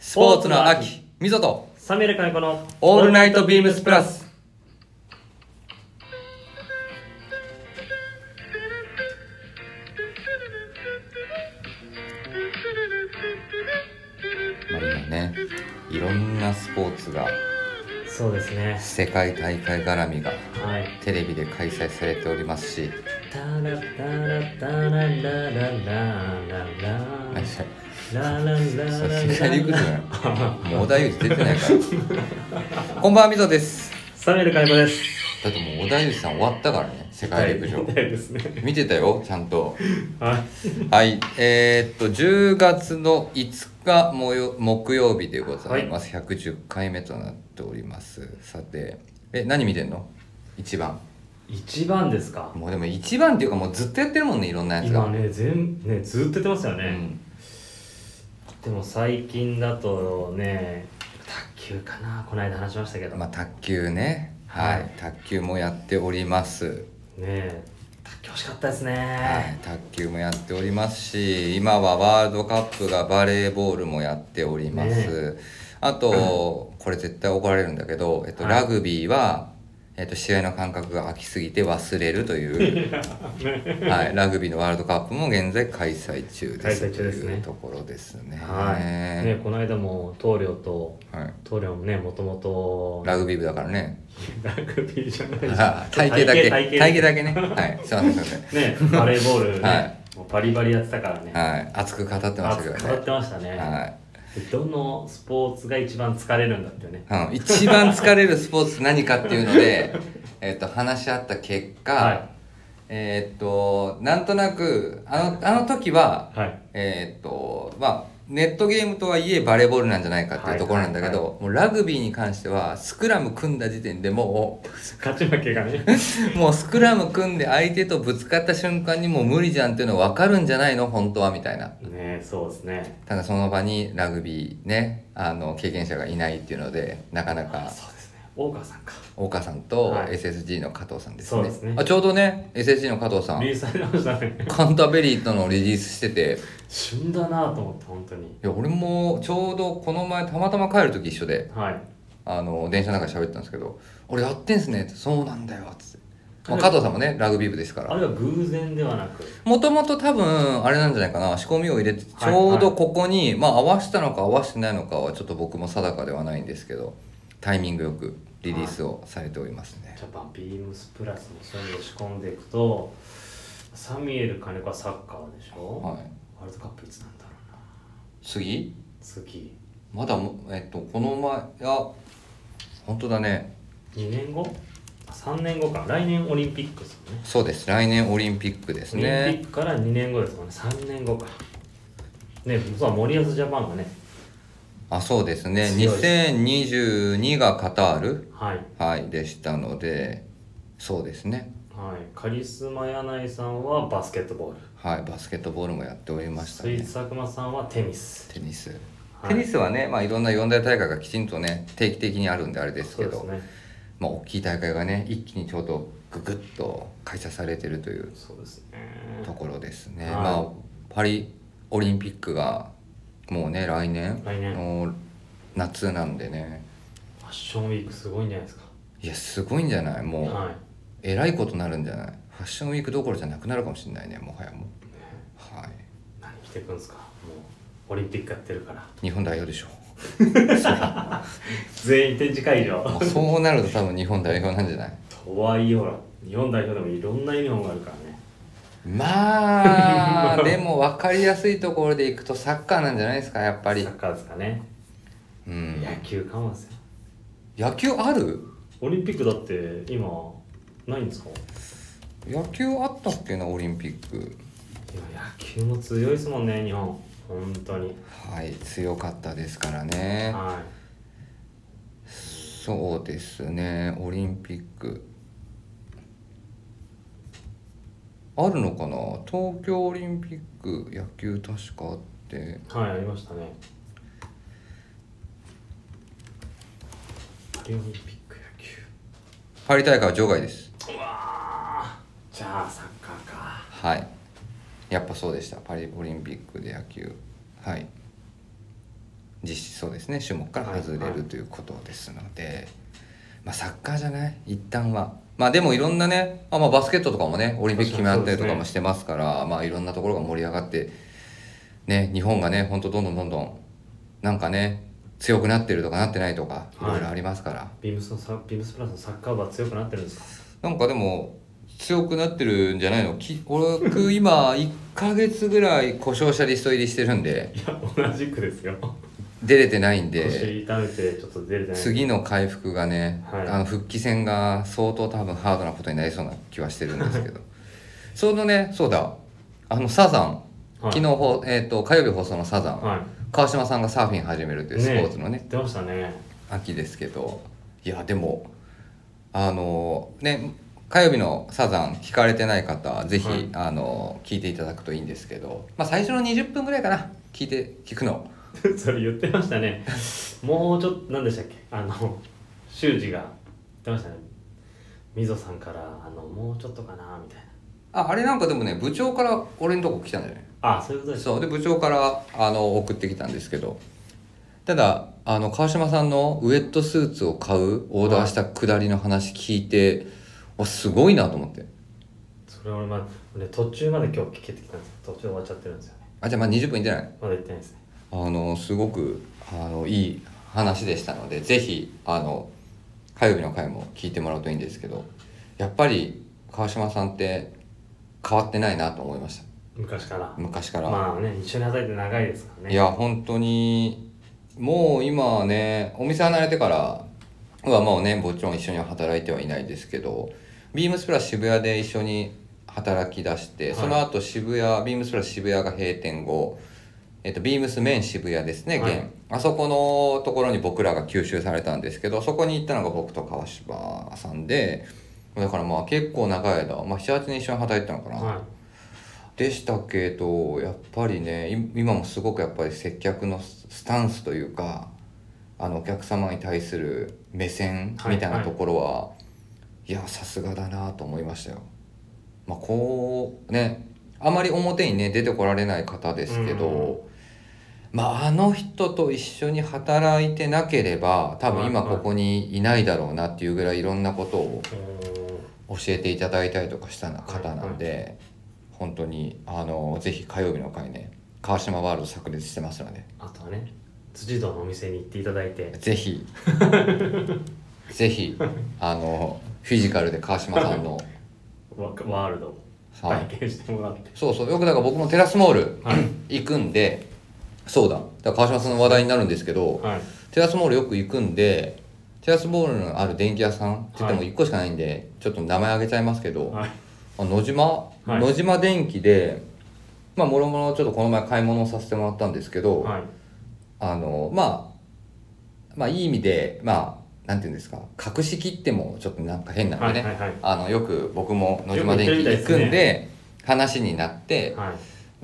スポーツの秋、みぞと、サミュエル金子のオールナイトビームスプラス。まあ今ね、いろんなスポーツが、そうですね世界大会絡みが、はいテレビで開催されておりますし、タラタラタラララララ何それララララそラれ世界陸上や ん。もう織田裕二出てない から。こんばんは、みぞです。サミュエル金子ですだってもう織田裕二さん終わったからね、世界陸上。はいですね見てたよ、ちゃんと。はいはい、えーっと10月の5日もよ木曜日でございます、110回目となっておりますさてえ何見てんの一番一番ですかもうでも一番っていうかもうずっとやってるもんねいろんなやつが、今ね全ねずっとやってますようねん、でも最近だとね卓球かなこの間話しましたけどまあね卓球ねはい、はい卓球もやっております、え卓球欲しかったですはねい、卓球もやっておりますし今はワールドカップがバレーボールもやっております、あと、これ絶対怒られるんだけど、えっと、はいラグビーは、えっと、試合の感覚が空きすぎて忘れると いう、はい、ラグビーのワールドカップも現在開催中です開催中ですねというところですねはいねこの間も棟梁とはい棟梁もねもともとラグビー部だからねラグビーじゃないじゃあん体型だけ体体型型体だけねはいすいませんすいません型ねバレーボールね、 はいもうバリバリやってたからねはい熱く語ってましたけ熱どくね語ってましたね、はいどのスポーツが一番疲れるんだっていうねうん、一番疲れるスポーツ何かっていうので えっと話し合った結果、はいえーっとなんとなくあのあの時ははいえーっとまあネットゲームとはいえバレーボールなんじゃないかっていうところなんだけど、はいもうラグビーに関してはスクラム組んだ時点でも勝ち負けがねうもうスクラム組んで相手とぶつかった瞬間にもう無理じゃんっていうの分かるんじゃないの本当はみたいなねそうですねただその場にラグビーねあの経験者がいないっていうのでなかなかそうですね大川さんか大川さんとはい SSG の加藤さんですね,、そうですねあちょうどね SSG の加藤さリリんースされてましたねカンタベリーとのリリースしてて旬だなと思って本当にいや俺もちょうどこの前たまたま帰る時一緒ではいあの電車の中で喋ってたんですけど「俺やってんすね」って「そうなんだよ」っつって、まあ、加藤さんもねラグビー部ですかあられは偶然ではなくもともと多分あれなんじゃないかな仕込みを入れてちはいょうどここに、まあ合わせたのか合わせてないのかはちょっと僕も定かではないんですけどタイミングよくリリースをされておりますね、やっぱビームスプラスもそういうのを仕込んでいくとサミュエル金子はサッカーでしょ、はい、ワールドカップいつなんだろうな次次まだもえっとこの前あ本当だね2年後あ3年後か来年オリンピックですよねそうです来年オリンピックですオリンねピックから2年後ですもんね3年後かねそう森保ジャパンがねあそうですね強い2022がカタールはいはいでしたのでそうですねはいカリスマ柳井さんはバスケットボールはいバスケットボールもやっておりました水ね佐久間さんはテニステニス、はいテニスはねまあいろんな四大大会がきちんとね定期的にあるんであれですそけうでどすねまあ大きい大会がね一気にちょうどググッと開催されてるというそうですねところですね、はいまあパリオリンピックがもうね来年来年の夏なんでねファッションウィークすごいんじゃないですかいやすごいんじゃないもう、はいえらいことになるんじゃないファッションウィークどころじゃなくなるかもしれないねもはやもうはい何着てくんですかもうオリンピックやってるから日本代表でしょ全員展示会場 もうそうなると多分日本代表なんじゃないとはいえほら日本代表でもいろんなユニフォームがあるからねまあでも分かりやすいところでいくとサッカーなんじゃないですかやっぱりサッカーですかね、うん野球かもですよ野球あるオリンピックだって今ないんですか野球あったっけなオリンピック今野球も強いですもんね日本本当にはい強かったですからねはそうですねオリンピックあるのかな東京オリンピック野球確かあっていはいありましたねパリオリンピック野球パリ大会は場外ですうわーじゃあサッカーかはいやっぱそうでしたパリオリンピックで野球はい実施そうですね種目から外れはいはるいということですので、まあ、サッカーじゃない一旦はまあでもいろんなねあ、まあ、バスケットとかもねオリンピック決まったりとかもしてますからまあいろんなところが盛り上がって、ね、日本がね本当どんどんどんどんなんかね強くなってるとかなってないとかいはいろいろありますから、ビームスのサビームスプラスのサッカー部は強くなってるんですかなんかでも強くなってるんじゃないのき俺僕今1ヶ月ぐらい故障者リスト入りしてるんでい や同じくですよ出れてないんで腰痛めてちょっと出れてない次の回復がね、はいあの復帰戦が相当多分ハードなことになりそうな気はしてるんですけど そのねそうだあのサザンはい昨日ほ、えー、と火曜日放送のサザン、は川島さんがサーフィン始めるというスポーツのねい出ましたね秋ですけどいやでもあのね火曜日のサザン聞かれてない方ぜひ、はいあの聞いていただくといいんですけど、まあ、最初の20分ぐらいかな聞いて聞くの それ言ってましたねもうちょっと何でしたっけあの修二が言ってましたねみぞさんからあのもうちょっとかなみたいああれなんかでもね部長から俺のとこ来たんだよねなあそういうことですそうで部長からあの送ってきたんですけどただあの川島さんのウエットスーツを買うオーダーしたくだりの話聞いて、おすごいなと思ってそれ俺まだ、ね、途中まで今日聞けてきたんですけど途中終わっちゃってるんですよねあじゃあまあ20分いってないまだ言ってないですねあのすごくあのいい話でしたのでぜひあの火曜日の回も聞いてもらうといいんですけどやっぱり川島さんって変わってないなと思いました昔から昔から、まあね一緒に働いて長いですからねいや本当にもう今はねお店離れてからはもうねもちろん一緒には働いてはいないですけどビームスプラス渋谷で一緒に働き出して、はいその後渋谷ビームスプラス渋谷が閉店後、えっと、ビームスメン渋谷ですね、はい現あそこのところに僕らが吸収されたんですけどそこに行ったのが僕と川島さんでだからまあ結構長い間、まあ、78年一緒に働いてたのかな、はでしたけどやっぱりねい今もすごくやっぱり接客のススタンスというかあのお客様に対する目線はいみたいなところは、いやさすがだなと思いましたよ。まあ、こうねあまり表にね出てこられない方ですけど、まあ、あの人と一緒に働いてなければ多分今はいはこいこにいないだろうなっていうぐらいいろんなことをいお教えていただいたりとかしたな方なんで本当にあのぜひ火曜日の回ね川島ワールド炸裂してますのであとはね辻堂のお店に行っていただいてぜ ひぜひあのフィジカルで川島さんの、ワワールドをはい体験してもらってそうそうよくだから僕もテラスモールはい行くんでそうだだから川島さんの話題になるんですけどはいテラスモールよく行くんでテラスモールのある電気屋さんって言っても1個しかないんで、ちょっと名前あげちゃいますけど、はいあ野島、はい野島電機でまあもろもろちょっとこの前買い物をさせてもらったんですけど、はいあのまあまあいい意味でまあなんていうんですか隠しきってもちょっとなんか変なんではいね、はいはいあのよく僕も野島電機行くよく行ってるんでみたい話になって、はい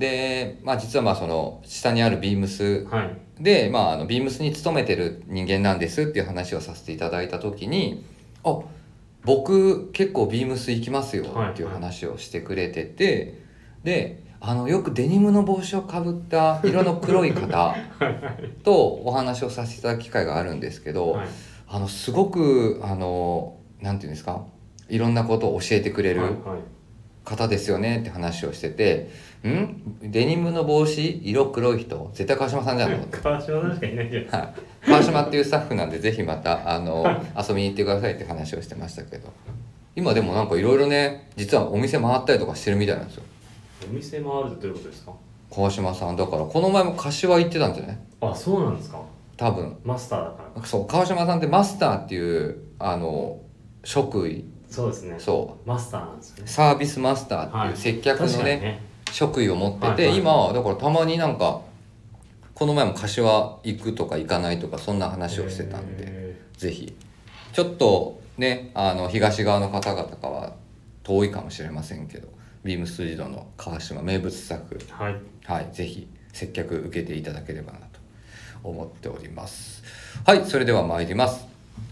でまあ実はまあその下にあるビームスはいで、まあ、あのビームスに勤めてる人間なんですっていう話をさせていただいた時に「あ僕結構ビームス行きますよ」っていう話をしてくれてて、であのよくデニムの帽子をかぶった色の黒い 方とお話をさせていただく機会があるんですけど、はいあのすごくあのなんていうんですかいろんなことを教えてくれる。はい方ですよねって話をしてて「んデニムの帽子色黒い人絶対川島さんじゃん」と思って川島さんしかいないじゃないはい、川島っていうスタッフなんでぜひまたあ の遊びに行ってくださいって話をしてましたけど今でもなんかいろいろね実はお店回ったりとかしてるみたいなんですよお店もあるってどういうことですか川島さんだからこの前も柏行ってたんじゃないあそうなんですか多分マスターだからそう川島さんってマスターっていうあの職位そうですねそマスターなんですようねサービスマスターっていう接客の確かね,、にね職位を持ってて、はいはい今だからたまになんかこの前も柏行くとか行かないとかそんな話をしてたんで。へぜひちょっとねあの東側の方々からは遠いかもしれませんけどビームス辻堂の川島名物作ーはいはいぜひ接客受けていただければなと思っておりますはいそれでは参ります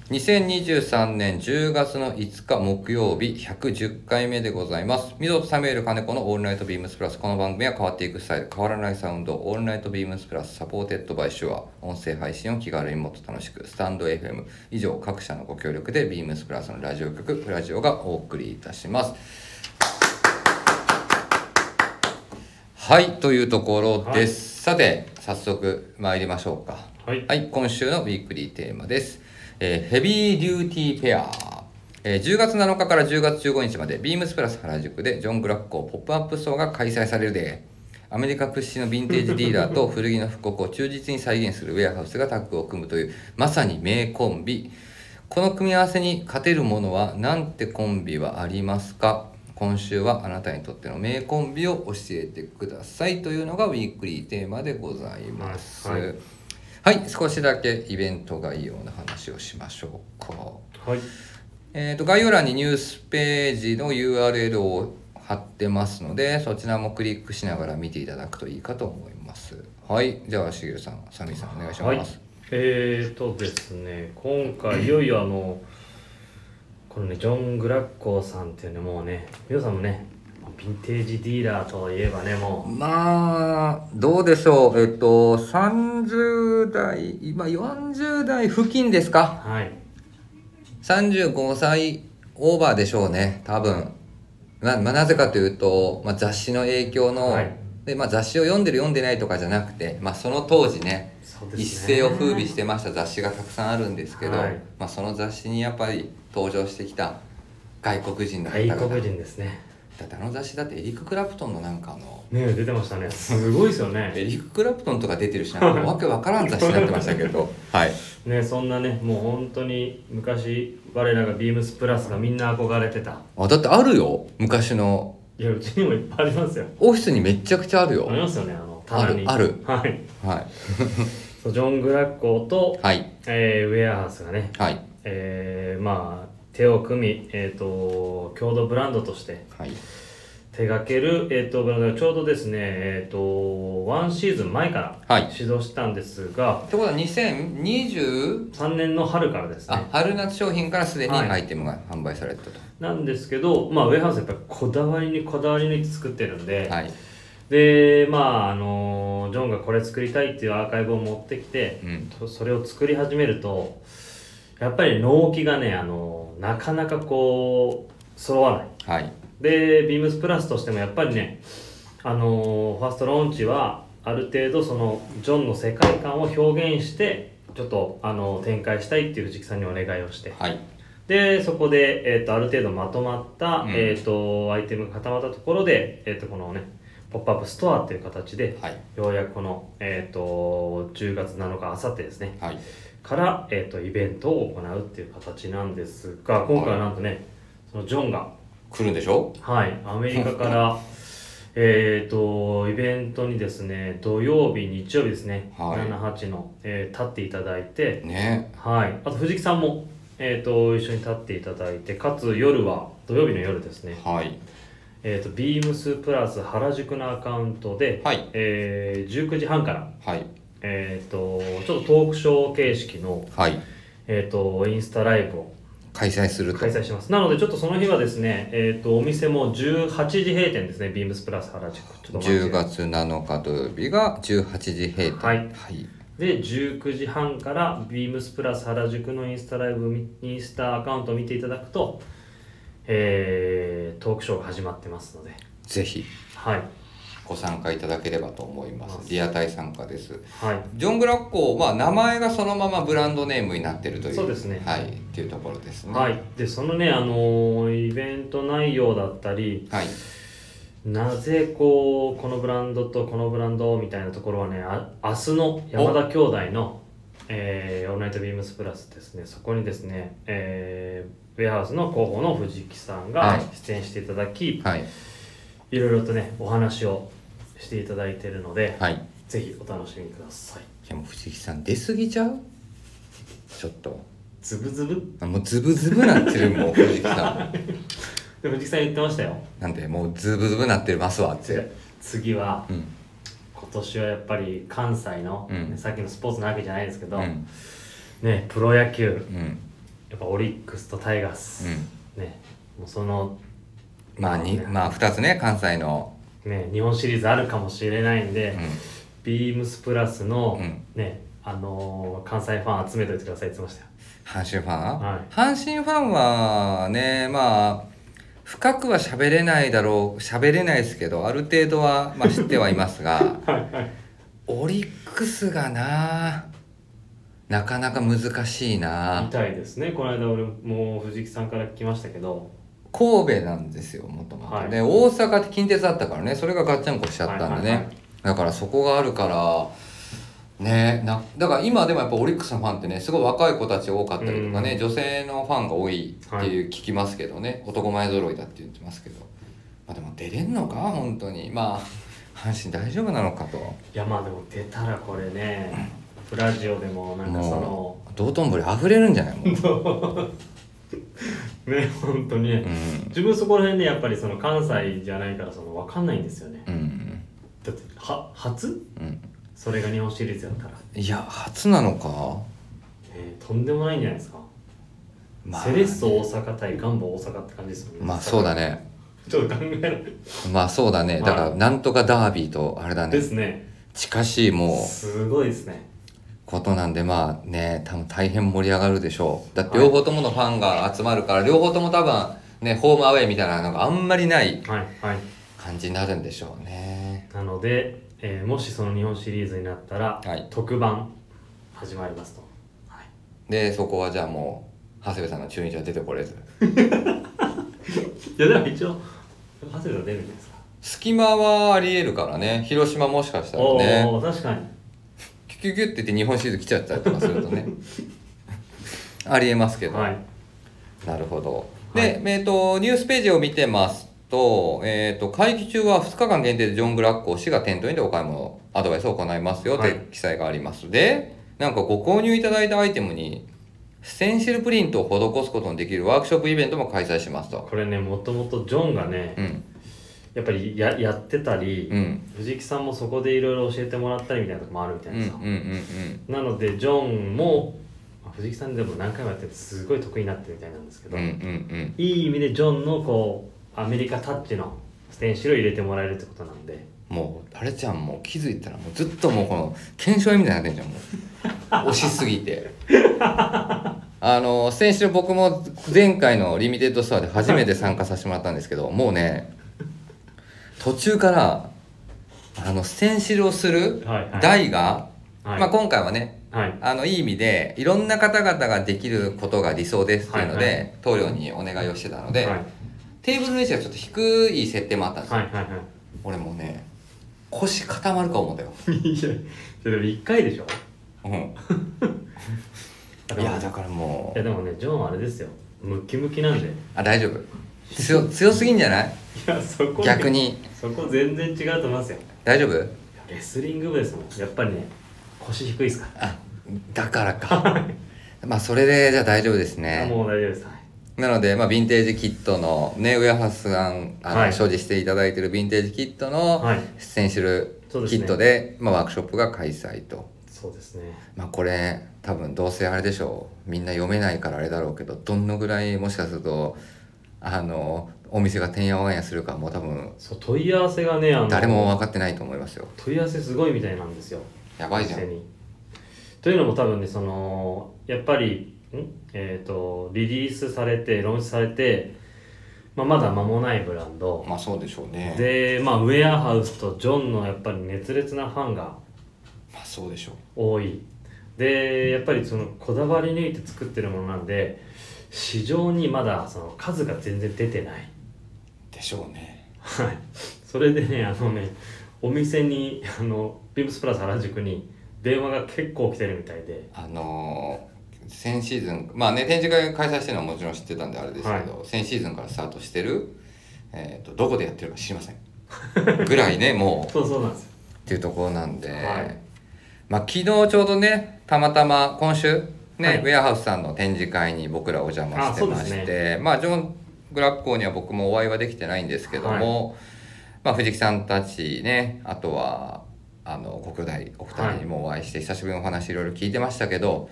2023年10月の5日木曜日110回目でございます。ミドとサミュエル金子のオールナイトビームスプラス。この番組は変わっていくスタイル、変わらないサウンド、オールナイトビームスプラスサポーテッドバイシュア。音声配信を気軽にもっと楽しく、スタンド FM。以上、各社のご協力でビームスプラスのラジオ局、プラジオがお送りいたします。はい、というところです。さて、早速参りましょうか。はいはい、今週のウィークリーテーマです。えーヘビーデューティーペア。えー10月7日から10月15日まで、ビームスプラス原宿でジョン・グラッコーポップアップストアが開催されるで、アメリカ屈指のヴィンテージディーラーと古着の復刻を忠実に再現するウェアハウスがタッグを組むという、まさに名コンビ。この組み合わせに勝てるものはなんてコンビはありますか今週はあなたにとっての名コンビを教えてくださいというのがウィークリーテーマでございます。ははいい、はい少しだけイベント概要の話をしましょうか。はいえー、と概要欄にニュースページの URL を貼ってますのでそちらもクリックしながら見ていただくといいかと思います。はい、じゃあしげるさん、サミーさんお願いします。はい、えーとですね今回いよいよあのこのねジョン・グラッコーさんっていうねもうね皆さんもねヴィンテージディーラーといえばねもまあどうでしょうえっと30代今40代付近ですうかはい35歳オーバーでしょうね多分な,、まあ、なぜかというと、まあ、雑誌の影響の、はいでまあ、雑誌を読んでる読んでないとかじゃなくて、まあ、その当時ねそうですね一世を風靡してました雑誌がたくさんあるんですけど、はいまあ、その雑誌にやっぱり登場してきた外国人の方外々国人ですねだってあの雑誌だってエリック・クラプトンのなんかあのね出てましたねすごいですよエねリック・クラプトンとか出てるしなんかわけわからん雑誌になってましたけど はいねそんなねもう本当に昔我らがビームスプラスがみんな憧れてたあだってあるよ昔のいやうちにもいっぱいありますよオフィスにめちゃくちゃあるよありますよねあの棚にあるはいはそうジョン・グラッコーとい、はいえーウェアハウスがねはいえーまあ手を組み、えー、と共同ブランドとしてはい手掛ける、えー、とブランドがちょうどですね、えー、とワンシーズン前かはいら始動したんですが、ってことは2020 3年の春からですあね春夏商品からすでにはいアイテムが販売されてたとなんですけど、まあ、ウェアハウスやっぱりこだわりにこだわり抜いて作ってるんで、はい、でまああのジョンがこれ作りたいっていうアーカイブを持ってきてう、ん、とそれを作り始めるとやっぱり納期がねあのなかなかこう揃わないはいでビームスプラスとしてもやっぱりねあのーファーストローンチはある程度そのジョンの世界観を表現してちょっとあの展開したいっていう藤木さんにお願いをしてはいでそこで、えっとある程度まとまった、うんえっとアイテムが固まったところで、えっとこのねポップアップストアっていう形ではいようやくこの、えっと10月7日あさってですねはいから、えっとイベントを行うっていう形なんですが今回はなんとね、そのジョンが来るんでしょはい、アメリカ から、えっと、イベントにですね、土曜日、日曜日ですね、はい7、8の、えー立っていただいて、ねはい、あと藤木さんも、えっと、一緒に立っていただいて、かつ夜は、土曜日の夜ですね、はいえっと、ビームスプラス原宿のアカウントで、はいえー19時半から、はいえっと、ちょっとトークショー形式の、はいえっと、インスタライブを開催すると開催しますなのでちょっとその日はですね、えー、とお店も18時閉店ですねビームスプラス原宿ちょっと10月7日土曜日が18時閉店はいはい、で19時半からビームスプラス原宿のインスタライブみインスタアカウントを見ていただくと、えートークショーが始まってますのでぜひはいご参加いただければと思いますリアタイ参加ですはいジョン・グラッコー、まあ、名前がそのままブランドネームになってるというそうですねはい、っていうところですねはい、でそのねあのーイベント内容だったりはいなぜこうこのブランドとこのブランドみたいなところはねあ明日の山田兄弟の、えーオールナイトビームスプラスですねそこにですね、えーウェアハウスの広報の藤木さんはがい出演していただき、はいい、ろいろとねお話をしていただいているので、はいいぜひお楽しみくださいやもう藤木さん出過ぎちゃうちょっとズブズブあもうズブズブなってる もう藤木さで藤木さん言ってましたよんなんでもうズブズブなってますわって次はうん今年はやっぱり関西の、うんさっきのスポーツなわけじゃないですけうど、んねプロ野球うんやっぱオリックスとタイガース、ねもうそのまあにまあ2つね関西の、ね日本シリーズあるかもしれないんで、ビームスプラスの、うんねあのー関西ファン集めといてくださいって言ってましたよ阪神ファン、はい阪神ファンはねまあ深くは喋れないだろう喋れないですけどある程度は、まあ、知ってはいます がオリックスがななかなか難しいみなたいですねこの間俺もう藤木さんから聞きましたけど神戸なんですよもともと、はいで大阪って近鉄だったからねそれがガッチャンコしちゃったんでね、はいはいはいだからそこがあるからねなだから今でもやっぱオリックスのファンってねすごい若い子たち多かったりとかね、うん女性のファンが多いっていう聞きますけどね、男前揃いだって言ってますけど、まあ、でも出れんのか本当にまあ阪神大丈夫なのかといやまあでも出たらこれねブラジオでもなんかそのもう道頓堀溢れるんじゃない もう、ね本当にね、うん自分そこら辺でやっぱりその関西じゃないからその分かんないんですよねうんだっては初うん、それが日本シリーズだったら、ねいや初なのかえとんでもないんじゃないですか、まあセレッソ大阪対ガンバ大阪って感じですよねまあそうだねちょっと考えられないまあそうだねはいだからなんとかダービーとあれだねですね近しいもうすごいですねことなんでまあね多分大変盛り上がるでしょうだってはい両方とものファンが集まるから両方とも多分ねホームアウェイみたいなのがあんまりないはいはい感じになるんでしょうねなので、えーもしその日本シリーズになったら、はい特番始まりますと、はい、でそこはじゃあもう長谷部さんの中日は出てこれずいやでも一応長谷部さん出るんじゃないですか隙間はありえるからね広島もしかしたらおねおー確かにキュキュキュって言って日本シリーズ来ちゃったりとかすると ねありえますけど、はいなるほど。で、はいえー、とニュースページを見てますと,、えー、と会期中は2日間限定でジョン・ブラックを市が店頭にてお買い物アドバイスを行いますよとはいいう記載があります、でなんかご購入いただいたアイテムにステンシルプリントを施すことのできるワークショップイベントも開催しますと。これねもともとジョンがねうんやっぱりややってたり、うん藤木さんもそこでいろいろ教えてもらったりみたいなとこもあるみたういんうんなうんさ、なのでジョンもまあ藤木さんでも何回もやっててすごい得意になってるみたいなんですけうんうど、んうんいうんい意味でジョンのこうアメリカタッチのステンシルを入れてもらえるってことなんでもうあれちゃんもう気づいたらもうずっともうこの検証みたいになってんじゃんも う押しすぎてあの先週僕も前回のリミテッドストアで初めて参加させてもらったんですけどもうね途中からあのステンシルをするはいはい台が、はい、まあ、今回はねはいあのいい意味でいろんな方々ができることが理想ですっていうので、はいは棟梁にお願いをしてたので、はいテーブルの位置がちょっと低い設定もあったんですよ、はいはいは俺もうね腰固まるか思ったよいいやでも1回でしょ うんいやだからもいうやでもねジョンあれですよムッキムキなんでいあ大丈夫強強すぎんじゃないやそこ逆にそこ全然違うと思いますよ大丈夫レスリング部ですもんやっぱりね腰低いですかあだから かまあそれでじゃあ大丈夫ですらねもう大丈夫ですはいなのでまあヴィンテージキットのねウェアハウスさんあの、はい所持していただいてるヴィンテージキットのはい出演するキそうですねットで、まあ、ワークショップが開催とそうですねまあこれ多分どうせあれでしょうみんな読めないからあれだろうけどどのぐらいもしかするとあのお店がてんやわんやするかも多分そう問い合わせがねあの誰も分かってないと思いますよ問い合わせすごいみたいなんですよやばいじゃんお店にというのも多分ねそのやっぱりんえっ、とリリースされてローンチされて、まあ、まだ間もないブランド、まあそうでしょうねで、まあ、ウェアハウスとジョンのやっぱり熱烈なファンがまあそうでしょう多いでやっぱりそのこだわり抜いて作ってるものなんで市場にまだその数が全然出てないでしょうねはいそれでねあのねお店にあのビームスプラス原宿に電話が結構来てるみたいであのー先シーズンまあね展示会開催してるのはもちろん知ってたんであれですけど、先シーズンからスタートしてる、えー、とどこでやってるか知りませんぐらいねもうそうそうなんですよっていうところなんで、はいまあ、昨日ちょうどねたまたま今週ね、はいウェアハウスさんの展示会に僕らお邪魔あしてまそうして、でまあジョン・グラッコーには僕もお会いはできてないんですけども、まあ、藤木さんたちねあとはあのご兄弟お二人にもお会いして、久しぶりにお話いろいろ聞いてましたけど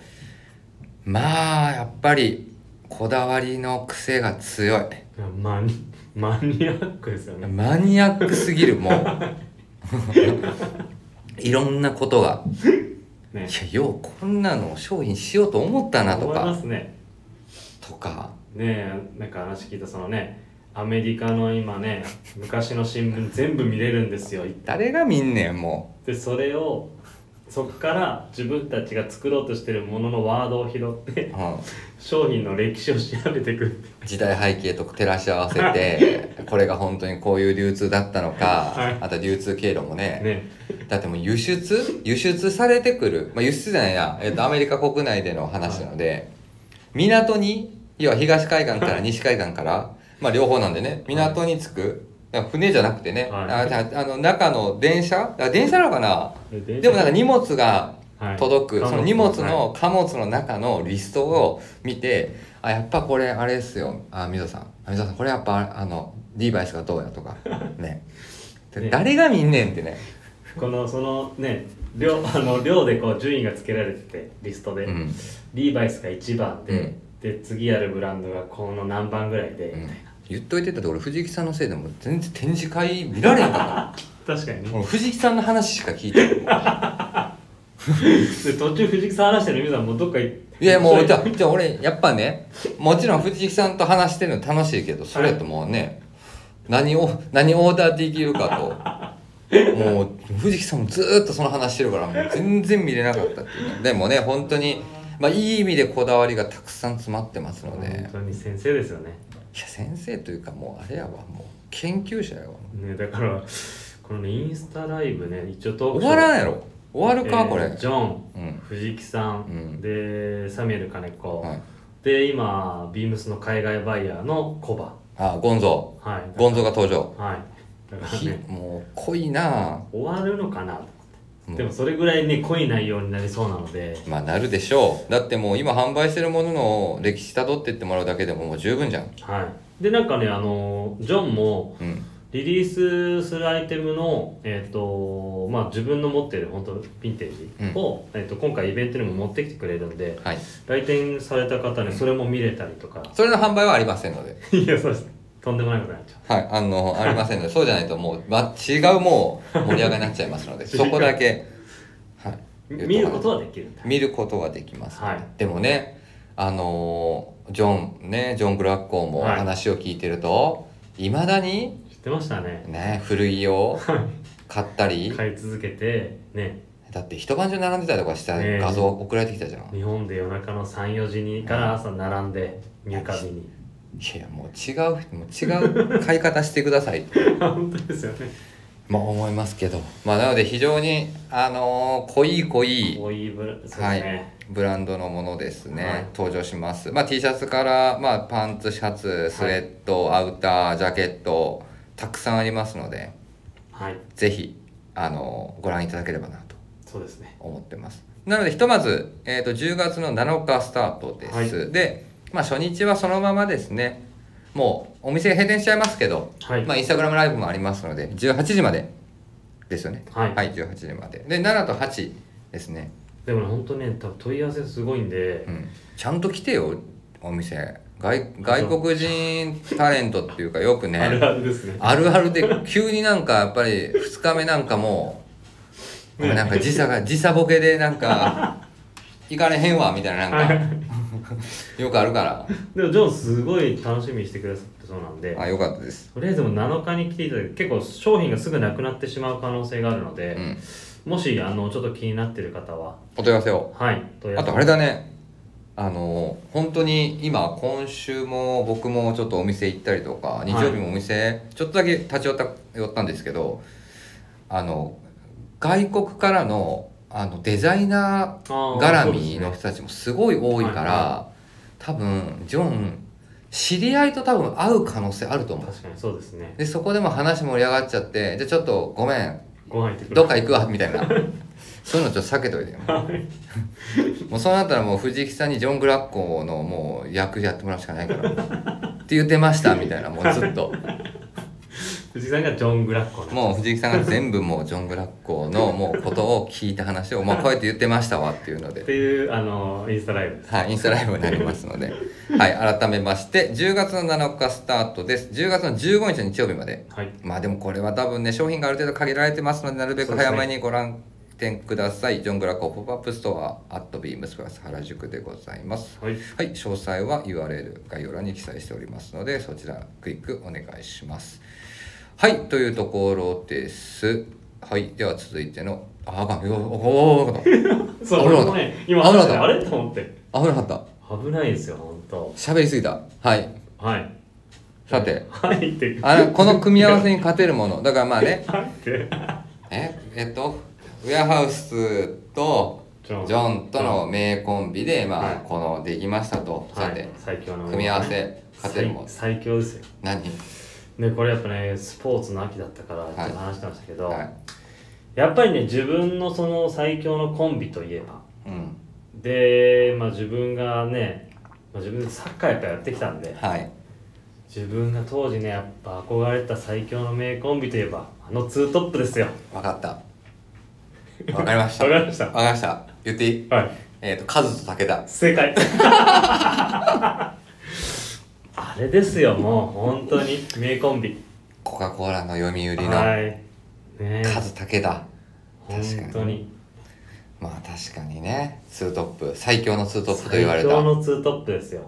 まあやっぱりこだわりの癖が強いやマニマニアックですよねマニアックすぎるもう いろんなことがねいやようこんなのを商品しようと思ったなと思いまかすねとかねえなんか話聞いたそのねアメリカの今ね昔の新聞全部見れるんですよ誰が見んねんもでそれをそこから自分たちが作ろうとしてるもののワードを拾ってう、うん商品の歴史を調べていく時代背景と照らし合わせてこれが本当にこういう流通だったのか、はいあと流通経路もねねだってもう輸出輸出されてくる、まあ、輸出じゃないな、えっとアメリカ国内での話なので、港に要は東海岸から西海岸から、まあ、両方なんでね港に着く、だから船じゃなくてね、はいあじゃああの中の電車あ電車なのかなででもなんか荷物がはい届く、貨その荷物の貨物の中のリストを見て、あやっぱこれあれですよあ水戸さんあ水戸さんこれやっぱあのリーバイスがどうやと かねでね誰が見んねんってね、このそのね量あの量でこう順位がつけられててリストで、うん、リーバイスが1番で、うんで次あるブランドがこの何番ぐらいで、うん言っといてたって俺藤木さんのせいでもう全然展示会見られへんか 確かにったねもう藤木さんの話しか聞いてないで途中藤木さん話してる皆さんもうどっか行っていやもうじじゃあじゃあ俺やっぱねもちろん藤木さんと話してるの楽しいけどそれともうね、何を何オーダーできるかともう藤木さんもずーっとその話してるからもう全然見れなかったっていうねでもね本当にまあいい意味でこだわりがたくさん詰まってますのでい本当に先生ですよねや先生というかもうあれやわもう研究者やわねだからこのねインスタライブね一応トーク終わらんいやろ終わるか、これジョンうん藤木さん、うんでサミュエル金子、はいで今ビームスの海外バイヤーのコバあゴンゾはいゴンゾが登場はいだからひねもう濃いな終わるのかなと思っもてうでもそれぐらいね濃い内容になりそうなのでまあなるでしょうだってもう今販売してるものの歴史たどってってもらうだけでももう十分じゃんはいでなんかねあのジョンもうんリリースするアイテムのえっ、とまあ自分の持ってる本当ヴィンテージを、えっと今回イベントにも持ってきてくれるんではい来店された方にそれも見れたりとか、 それの販売はありませんのでいやそうですとんでもないことになっちゃはいあのありませんのでそうじゃないともう、ま、違うもう盛り上がりになっちゃいます のでそこだけ、はうい、見ることはできるんだ見ることはできます、はいでもねあのージョンねジョン・グラッコーもはい話を聞いてると、いまだに知ってましたねね古着を買ったり買い続けてねだって一晩中並んでたりとかしたねえ画像送られてきたじゃん、日本で夜中の34時にから朝並んで入荷日にいやもう違うもう違う買い方してください と本当ですよねまあ思いますけどまあなので非常にあのー濃い濃いこういうブラそうですはいね、ブランドのものですね、はい登場します、まあ、T シャツから、まあ、パンツシャツスウェット、アウタージャケットたくさんありますのではい、ぜひあのーご覧いただければなとそうですね思ってますなのでひとまず、えー、と10月の7日スタートです、で、まあ、初日はそのままですねもうお店閉店しちゃいますけど、はい、まあ、インスタグラムライブもありますので18時までですよねはいはい18時までで7と8ですね、でもね本当ね多分問い合わせすごいんで、うん、ちゃんと来てよお店外外国人タレントっていうかよくねあるあるですねあるあるで急になんかやっぱり2日目なんかもう、ねなんか時差が時差ボケでなんか行かれへんわみたいななんか、よくあるかでもジョンすごい楽しみにしてくださってそうなんでらあよかったです、とりあえずもう7日に来ていただいて結構商品がすぐなくなってしまう可能性があるのうで、ん、もしあのちょっと気になってる方はお問い合わせをはい問い合あわせとあれだねあの本当に今今週も僕もちょっとお店行ったりとかい日曜日もお店ちょっとだけ立ち寄った寄ったんですけどあの外国からのあのデザイナあーー絡そうですみねの人たちもすごい多いかはいら多分ジョン知り合いと多分会う可能性あると思う確かにそうですねでそこでも話盛り上がっちゃってじゃあちょっとごめんご飯行ってくるどっか行くわみたいなそういうのちょっと避けといてよはいもうそうなったらもう藤木さんにジョン・グラッコのもう役やってもらうしかないからって言ってましたみたいなもうずっと藤木さんがジョン・グラッコのもう藤木さんが全部もうジョン・グラッコのもうことを聞いた話を、まあ、こうやって言ってましたわっていうのってで、いうあのインスタライブですはい、インスタライブになりますので、はい、改めまして10月の7日スタートです10月の15日の日曜日まではいまあでもこれは多分ね商品がある程度限られてますのでなるべく早めにご覧ください、ジョン・グラッコポップアップストアアットビームスプラス原宿でございます はいはい、詳細は URL 概要欄に記載しておりますのでそちらクリックお願いしますはいというところですはいでは続いてのああかんよおおあかんそ危うなかった俺もね今危なかっ話したてあれと思ってあ危なかった危ないですよ本当喋りすぎたはいはいさてはいってあのこの組み合わせに勝てるものだからまあねはいってええっとウェアハウスとジョジョンとの名コンビでまあはいこのできましたとさはいて最強の組み合わせ勝てるもの最最強ですよ何でこれやっぱねスポーツの秋だったからちょっと話してましたけど、はいやっぱりね自分のその最強のコンビといえばうんで、まあ、自分がね、まあ、自分でサッカーやっぱやってきたんではい自分が当時ねやっぱ憧れた最強の名コンビといえばあのツートップですよわ かったわかりましたわかりましたわかりました。言っていいはいえっ、と、カズと武田。正解 あれですよもう本当に名コンビコカ・コーラの読売はのいねえカズ武田。確か本に当にまあ確かにね、ツートップ、最強のツートップと最言われた強。のツートップですよ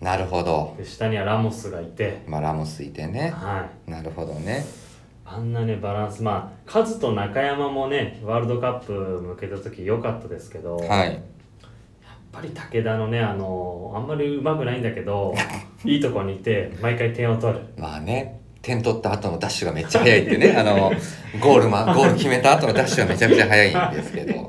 なるほど。で下にはラモスがいてまあラモスいてね。はいなるほどね。あんなねバランスまあカズと中山もねワールドカップ向けた時良かったですけど、やっはい。ぱり武田のねあのあんまりうまくないんだけ どいいとこにいて毎回点を取るまあね、点取った後のダッシュがめっちゃ速いって ね、あの、ゴールま、ゴール決めた後のダッシュがめちゃくちゃ速いんですけど。 まあ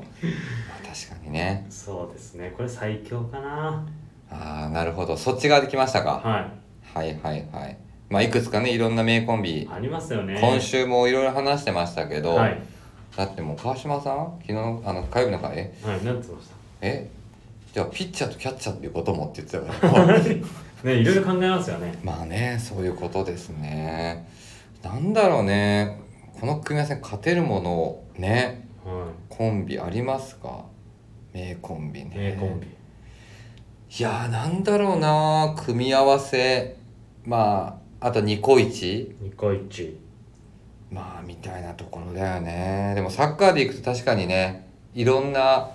確かにね。そうですねこれ最強かなああ、なるほど。そっち側で来ましたか。ははいはいはい。まあいくつかね、いろんな名コンいビ、ありますよね今週もいろいろ話してましたけど、はいだってもう川島さん昨日のあの火曜日の回えはいなんて言ってましたえじゃあピッチャーとキャッチャーっていうこともって言ってたから ねいろいろ考えますよねまあねそういうことですねなんだろうねこの組み合わせに勝てるものねはコンビありますか名コンビい名ねコンビいやーなんだろうな組み合わせまああとニコイチニコイチまあみたいなところだよねでもサッカーでいくと確かにねいろんな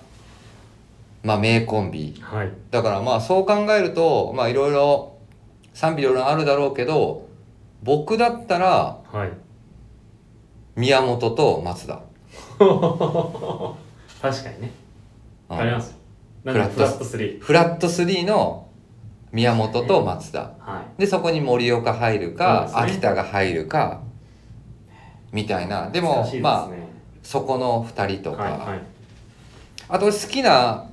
まあ名コンビはいだからまあそう考えるとまあいろいろ賛否両論あるだろうけど僕だったらはい 宮本と松田、確かにねうわかりまん、すなんでフフラッラット3フラット3の宮本と松田はいでそこに盛岡入るそうか、ですね秋田が入るかみたいなでも難しいですねまあそこの2人とか、はいはいあと俺好きな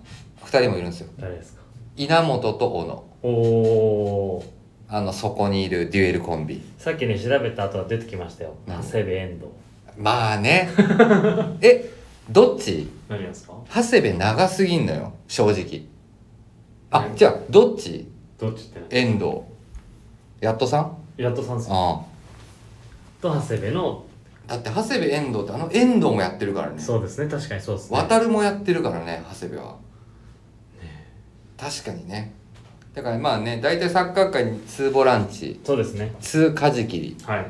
2人もいるんですよ誰ですか稲本と小野おおあのそこにいるデュエルコンビさっきね調べた後は出てきましたよ何長谷部遠藤まあ ねえどっち何がですか長谷部長すぎんのよ正直あうんじゃあどっちどっちってね遠藤やっとさんやっとさんですよあと長谷部のあだって長谷部遠藤ってあの遠藤もやってるからねそうですね確かにそうですね渡るもやってるからね長谷部は確かにねだからまあね大体サッカー界に2ボランチそうですね2カジキリはい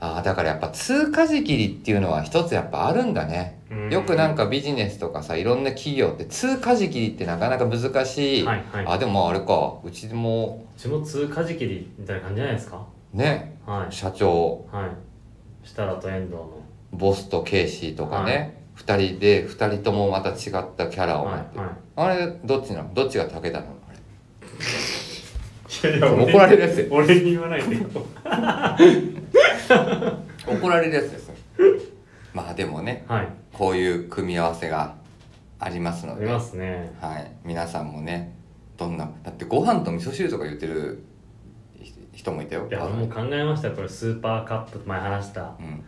ああだからやっぱ2カジキリっていうのは一つやっぱあるんだねうんよくなんかビジネスとかさいろんな企業って通貨時期ってなかなか難しい、はいはいあでもまああれかうちもうちも通過時期でみたいな感じじゃないですかねはい社長はい設楽と遠藤のボスとケイシーとかね、二2人で2人ともまた違ったキャラを持っはている、はあれどっちなのどっちが武田なのあれいいやい怒られるやつ俺に言わないでよ怒られるやつですよまあでもねはいこういう組み合わせがありますのあでりますねはい、皆さんもねどんなだってご飯と味噌汁とか言ってる人もいたよいや俺も考えましたよこれスーパーカップ前話したうん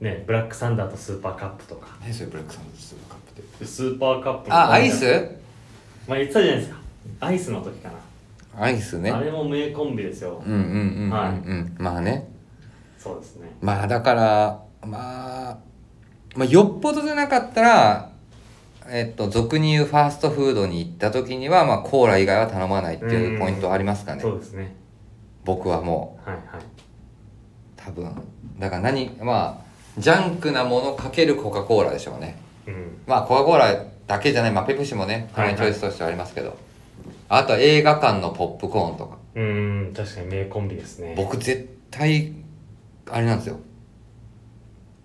ねブラックサンダーとスーパーカップとか何それブラックサンダースーパーカップってスーパーカップのあアイスまあ言ってたじゃないですかアイスの時かな、アイスねあれも名コンビですようんうんうんうんうん、はまあねそうですねまあだから、まあ、まあよっぽどじゃなかったらえっと俗に言うファーストフードに行った時には、まあ、コーラ以外は頼まないっていうポイントはありますかねそうですね僕はもはいはいう多分だから何まあジャンクなものかけるコカ・コーラでしょうねうんまあコカ・コーラだけじゃない、まあ、ペプシもねたまにチョイスとしてはありますけど、あとは映画館のポップコーンとかうーん確かに名コンビですね僕絶対あれなんですよ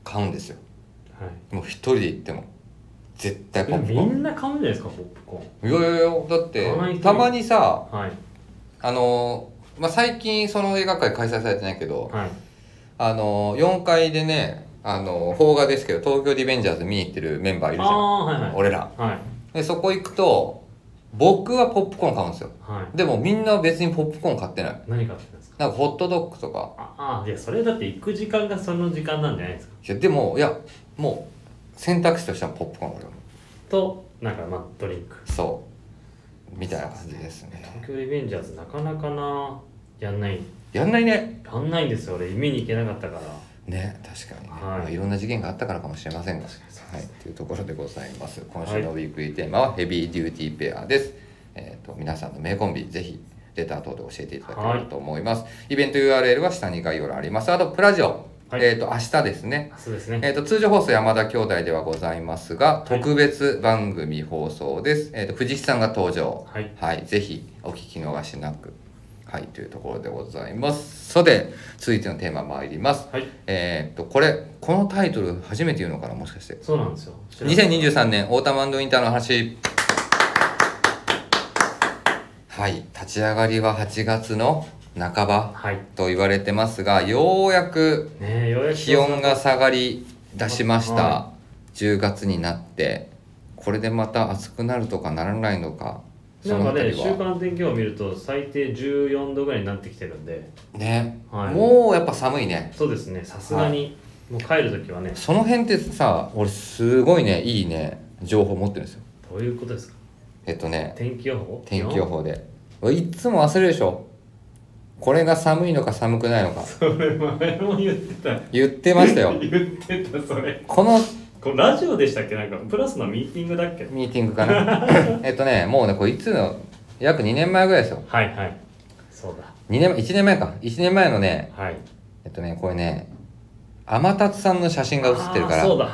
買うんですよはいもう一人で行っても絶対ポでもップみコーんな買うんじゃないですかポップコンいやいやいやだっ買わないてとたまにさーンはいあのーまあ、最近その映画会開催されてないけどはいあのー4階でねあのー邦画ですけど東京リベンジャーズ見に行ってるメンバーいるあじゃんあはいはい俺らはいでそこ行くと僕はポップコーン買うんですよはいでもみんな別にポップコーン買ってない何買ってたんですかなんかホットドッグとかああいやそれだって行く時間がその時間なんじゃないですかいやでもいやもう選択肢としてはポップコーン俺はとなんかまあドリンクそうみたいな感じですね東京リベンジャーズなかなかなやんないやんないねやんないんですよ俺見に行けなかったからね確かにね、はいまあいろんな事件があったからかもしれませんが確かにそうはでいすというところでございます今週のウィークリーテーマは「ヘビーデューティーペア」です、えー、と皆さんの名コンビぜひレター等で教えていただければと思います、イベント URL は下に概要欄ありますあとプラジオ、はいえっ、と明日ですね明日ですねえー、と通常放送山田兄弟ではございますがはい特別番組放送です、えー、と藤木さんが登場はいはい、ぜひお聞き逃しなく。はい、というところでございます。それで、続いてのテーマ参ります。はいえーっと、これ、このタイトル初めて言うのかな、もしかして。そうなんですよ知らなかった2023年、オータマンドインターの話。はい、立ち上がりは8月の半ばはいねと言われてますが、ようやくえようやく気温が下がり出しましはた。10月になって、これでまた暑くなるとかならないのか、そなんのかあたねりは週間天気予報を見ると最低14度ぐらいになってきてるんでね、はいもうやっぱ寒いねそうですねさすがにもう帰る時はねその辺ってさ俺すごいねいいね情報持ってるんですよどういうことですかえっとね天気予報天気予 報で俺いつも忘れるでしょこれが寒いのか寒くないのかそれ前も言ってた言ってましたよ言ってたそれこのこれラジオでしたっけなんかプラスのミーティングだっけミーティングかな えっとねもうねこれいつの約2年前ぐらいですよはいはいそうだ2年1年前か1年前のねはいえっとねこれね天達さんの写真が写ってるかあらーそうだ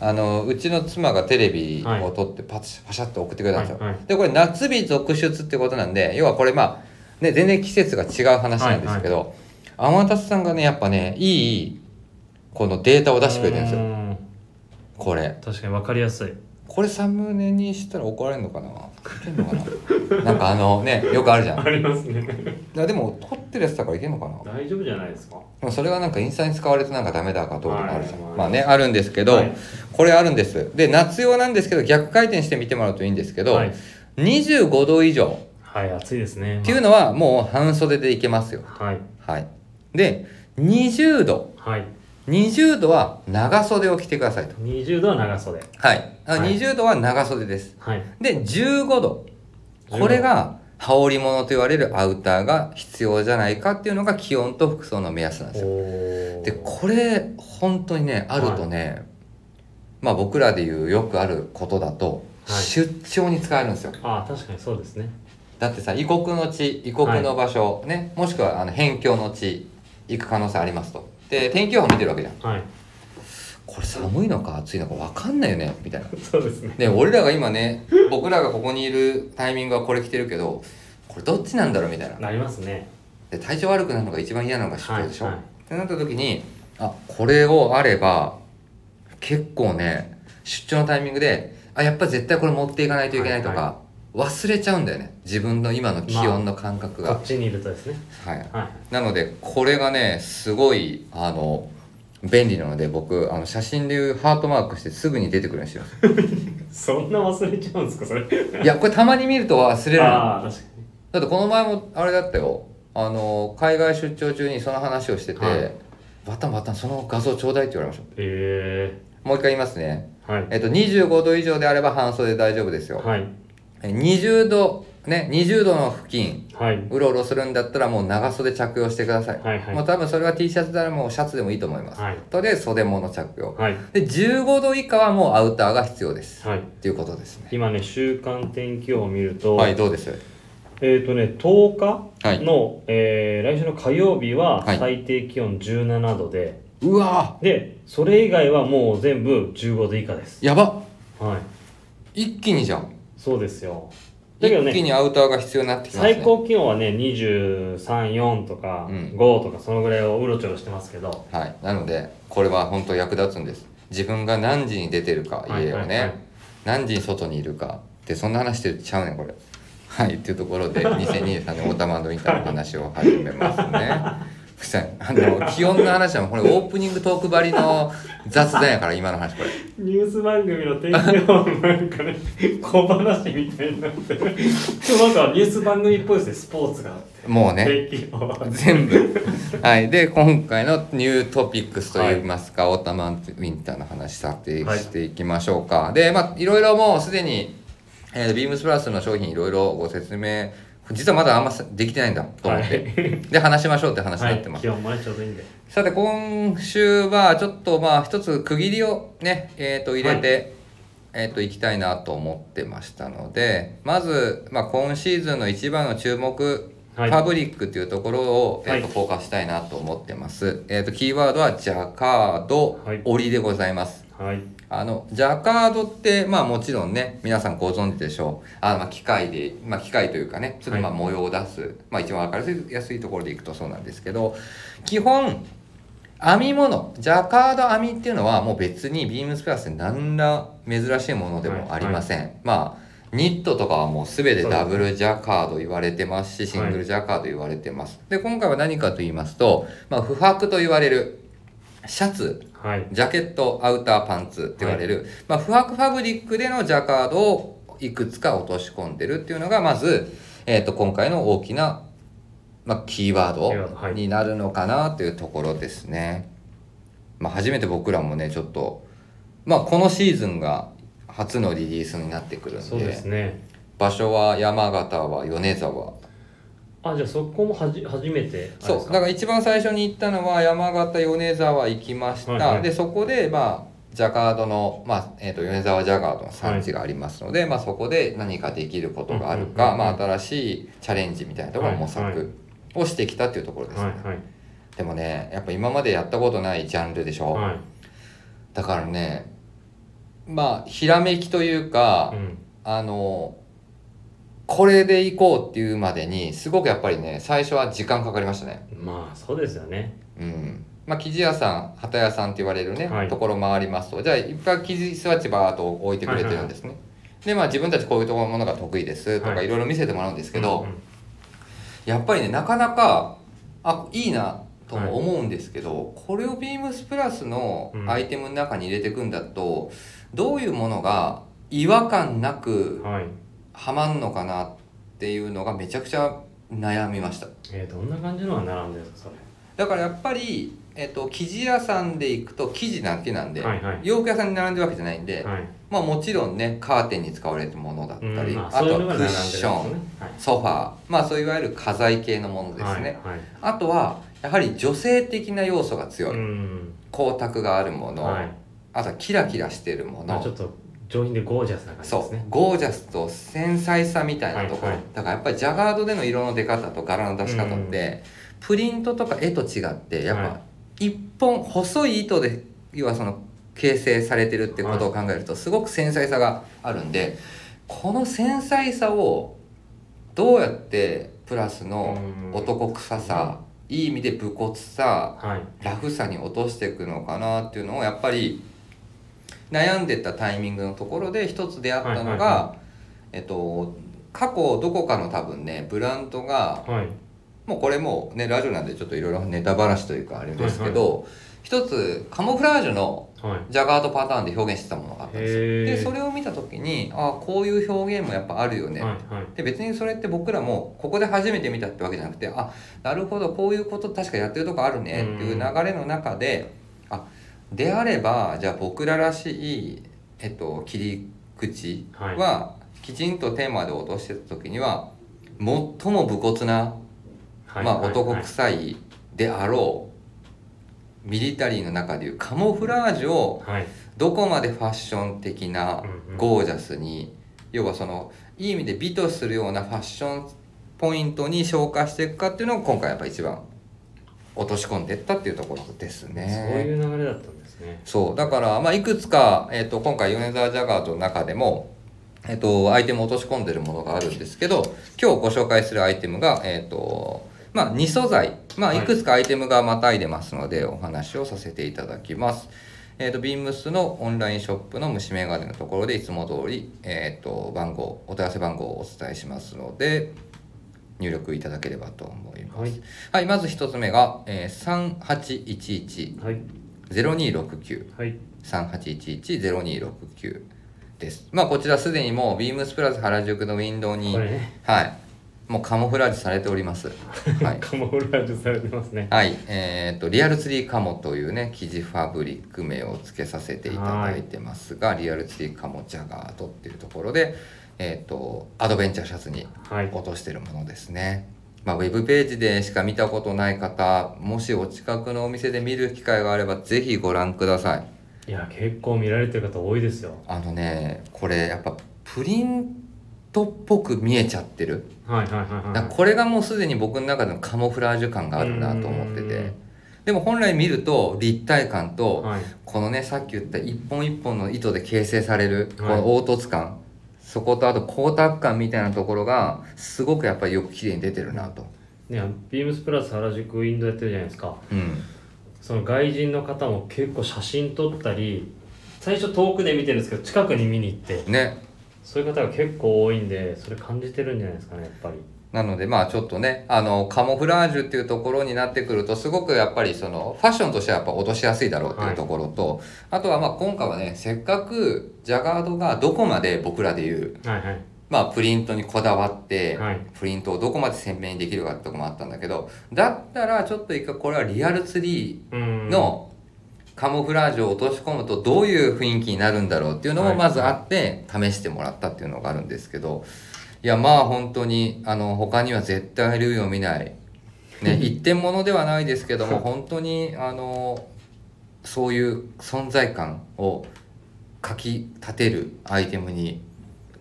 あのうちの妻がテレビを撮ってパチパシャッと送ってくれたんですよ、はいはいでこれ夏日続出ってことなんで要はこれまあ、ね、全然季節が違う話なんですけど天達さんがねやっぱねいいこのデータを出してくれてるんですうよーんこれ確かに分かりやすいこれサムネにしたら怒られるのかな怒れんのかな なんかあのねよくあるじゃんいありますねやでも撮ってるやつだからいけんのかな大丈夫じゃないですかでもそれがなんかインスタに使われてなんかダメだかどうとかあるじゃん、はいまあねあるんですけど、はいこれあるんですで夏用なんですけど逆回転して見てもらうといいんですけど、はい、 25度以上はい、暑いですねっていうのはもう半袖でいけますよはいはいで20度はい20度は長袖を着てくださいと20度は長袖はい、あはい20度は長袖ですはいで15度これが羽織物と言われるアウターが必要じゃないかっていうのが気温と服装の目安なんですよおでこれ本当にねあるとね、まあ僕らでいうよくあることだと、はい出張に使えるんですよああ確かにそうですねだってさ異国の地異国の場所、ねもしくはあの辺境の地行く可能性ありますとで天気予報見てるわけじゃんはいこれ寒いのか暑いのか分かんないよねみたいな そうですねで俺らが今ね僕らがここにいるタイミングはこれ着てるけどこれどっちなんだろうみたいななりますねで体調悪くなるのが一番嫌なのが出はい張でしょ、はいってなった時にあこれをあれば結構ね出張のタイミングであやっぱ絶対これ持っていかないといけないとか、は忘れちゃうんだよね自分の今の気温の感覚こが、っちにいるとですねはい、はいなのでこれがねすごいあの便利なので僕あの写真でいうハートマークしてすぐに出てくるようにしてるんです そんな忘れちゃうんですかそれよいやこれたまに見ると忘れるのだああ確かにってこの前もあれだったよあの海外出張中にその話をしてて、はいバタンバタンその画像ちょうだいって言われましたえもう一回言いますね。えはいえっと、25度以上であれば半袖で大丈夫ですよ。はいえ20度ね20度の付近はい。はうろうろするんだったらもう長袖着用してください、いはい。もう多分それは T シャツならもうシャツでもいいと思います、はい。とりあえず袖物着用はい。で15度以下はもうアウターが必要です、はい。っていうことですね今ね、週間天気予報を見ると、はいどうですえっ、とね、10日はいの、えー来週の火曜日ははい最低気温17度で、うわで、それ以外はもう全部15度以下です。ーやばはい。一気にじゃん、そうですよ。だけど一気ね、にアウターが必要になってきますね最高気温はね、23、4とかうん5とか、そのぐらいをうろちょろしてますけど、はい、なのでこれは本当役立つんです自分が何時に出てるかはい家をね、はいはい何時に外にいるかってそんな話してちゃうねんこれはいっていうところ で2023年オータマンドインターの話を始めますね福さんあの気温の話はもうこれオープニングトークばりの雑談やから今の話これニュース番組の天気予報もな んかね、小話みたいになってる。ちょっとなんかニュース番組っぽいですね、スポーツがあって。もうね天気予報は。全部はいで今回のニュートピックスといいますか、オータマンウィンターの話さてはいしていきましょうか、でまあいろいろもうすでに、えービームスプラスの商品いろいろご説明実はまだあんまさできてないんだと思って、で話しましょうって話になってます、気温もね、ちょうどいいんで。さて今週はちょっとまあ一つ区切りをね、えー、と入れて、えー、といきたいなと思ってましたのでまず、まあ、今シーズンの一番の注目、はいパブリックというところを、えーとはいフォーカスしたいなと思ってます、えー、とキーワードはジャカード、はい折でございますはい。あのジャカードってまあもちろんね皆さんご存知でしょうあのまあ機械で、まあ、機械というかねちょっとまあは模様を出す、まあ一番分かりやすいところでいくとそうなんですけど基本編み物ジャカード編みっていうのはもう別にビームスプラスに何ら珍しいものでもありません、まあニットとかはもう全てダブルジャカード言われてますしシングルジャカード言われてます、で今回は何かと言いますと、まあ、不白と言われるシャツはい。ジャケット、アウターパンツって言われる、まあ、不白ファブリックでのジャカードをいくつか落とし込んでるっていうのが、まず、えっ、と、今回の大きな、まあ、キーワキーワードーはドいになるのかなというところですね。まあ、初めて僕らもね、ちょっと、まあ、このシーズンが初のリリースになってくるんで、そうですね。場所は山形は米沢。あ、じゃあそこもはじ初めてあれそですうだから一番最初に行ったのは山形米沢行きました、はいはいでそこでまあジャガードの、まあえー、と米沢ジャガードの産地がありますので、まあ、そこで何かできることがあるか、うんうんうんうんまあ、新しいチャレンジみたいなところを模はいはい索をしてきたっていうところですね、はいはい。でもねやっぱ今までやったことないジャンルでしょ、はい。だからねまあひらめきというか、うん。あのこれで行こうっていうまでにすごくやっぱりね最初は時間かかりましたねまあ、そうですよね。うんまあ、生地屋さん旗屋さんって言われるね、はいところ回りますとじゃあいっぱい生地スワッチバーっと置いてくれてるんですね、でまあ自分たちこういうところものが得意ですとか、はいい、ろいろ見せてもらうんですけうど、んうんやっぱりねなかなかあいいなとも思うんですけど、これをビームスプラスのアイテムの中に入れていくんだと、どういうものが違和感なくはい。はまんのかなっていうのがめちゃくちゃ悩みました。えー、どんな感じのが並んでるんですか、だからやっぱり、えっと生地屋さんで行くと生地だけなんで、はいはい洋服屋さんに並んでるわけじゃないんそで、れ。はい。まあ、もちろんねカーテンに使われるものだったり、うんまあ、あそういとうのはクが並んでるんでッすシねョン、。ソファーまあそういわゆる家財系のものですはい。ね、はい。はいあとはやはり女性的な要素が強い、うん。光沢があるもの、はい。あとはキラキラしてるもまあ、ちょのっと上品でゴージャスな感じでそすねう。ゴージャスと繊細さみたいなところ、はいはいだからやっぱりジャガードでの色の出方と柄の出し方って、プリントとか絵と違ってやっはぱ一本細い糸で要はその形成されてるってことを考えるとすごく繊細さがあるんでこの繊細さをどうやってプラスのうん男臭さいい意味で武骨さはい。ラフさに落としていくのかなっていうのをやっぱり悩んでたタイミングのところで一つ出会ったのが、はいはいはえっと過去どこかの多分ねブランドがはい。もうこれもうねラジオなんでちょっといろいろネタばらしというかあれですけど、一つカモフラージュのはい。ジャガードパターンで表現してたものがあったんですよ。へーでそれを見た時にああこういう表現もやっぱあるよね、はい。はい。で別にそれって僕らもここで初めて見たってわけじゃなくてあなるほどこういうこと確かやってるとこあるねっていう流れの中であであればじゃあ僕ららしい、えっと、切り口はきちんとテーマで落としてた時には最も武骨な、はいまあ、はい男はい臭いであろうミリタリーの中でいうカモフラージュをはいどこまでファッション的なうんうんゴージャスに要はそのいい意味で美とするようなファッションポイントに昇華していくかっていうのを今回やっぱ一番落とし込んでったっていうところですね。そういう流れだったんですねそうだから、まあ、いくつか、えっと今回米沢ジャガードの中でも、えっとアイテムを落とし込んでるものがあるんですけど今日ご紹介するアイテムが、えっとまあ、2素材、まあ、はいいくつかアイテムがまたいでますのでお話をさせていただきます。えっとビームスのオンラインショップの虫眼鏡のところでいつも通り、えっと番号お問い合わせ番号をお伝えしますので入力いただければと思います。ははいい、まず1つ目が、えー、はい3811-0269。はい3811-0269です。まあこちらすでにもうビームスプラス原宿のウィンドウに、これね はい、もうカモフラージュされており ます。はい。カモフラージュされてますねはい、えーっと、リアルツリーカモというね、生地ファブリック名を付けさせていただいてますが、リアルツリーカモジャガードっていうところで、えーっと、アドベンチャーシャツにはい落としてるものですね。まあ、ウェブページでしか見たことない方、もしお近くのお店で見る機会があれば、ぜひご覧ください。いや結構見られてる方多いですよあのねこれやっぱプリントっぽく見えちゃってる、はいはいはいはいだからこれがもうすでに僕の中でのカモフラージュ感があるなと思ってうんてでも本来見ると立体感と、はいこのねさっき言った一本一本の糸で形成されるこはいの凹凸感、そことあと光沢感みたいなところがすごくやっぱりよく綺麗に出てるなと、ねビームスプラス原宿ウィンドウやってるじゃないですかうん、その外人の方も結構写真撮ったり最初遠くで見てるんですけど近くに見に行ってねそういう方が結構多いんでそれ感じてるんじゃないですかねやっぱりなのでまあちょっとねあのカモフラージュっていうところになってくるとすごくやっぱりそのファッションとしてはやっぱ落としやすいだろうっていうところと、あとはまあ今回はねせっかくジャガードがどこまで僕らで言う、はいはいまあ、プリントにこだわって、はいプリントをどこまで鮮明にできるかってとこもあったんだけどだったらちょっと一回これはリアルツリうーんのカモフラージュを落とし込むとどういう雰囲気になるんだろうっていうのはもいまずあって試してもらったっていうのがあるんですけどいやまあ本当にあの他には絶対類を見ない、 ね、一点物ではないですけども本当にあのそういう存在感をかき立てるアイテムに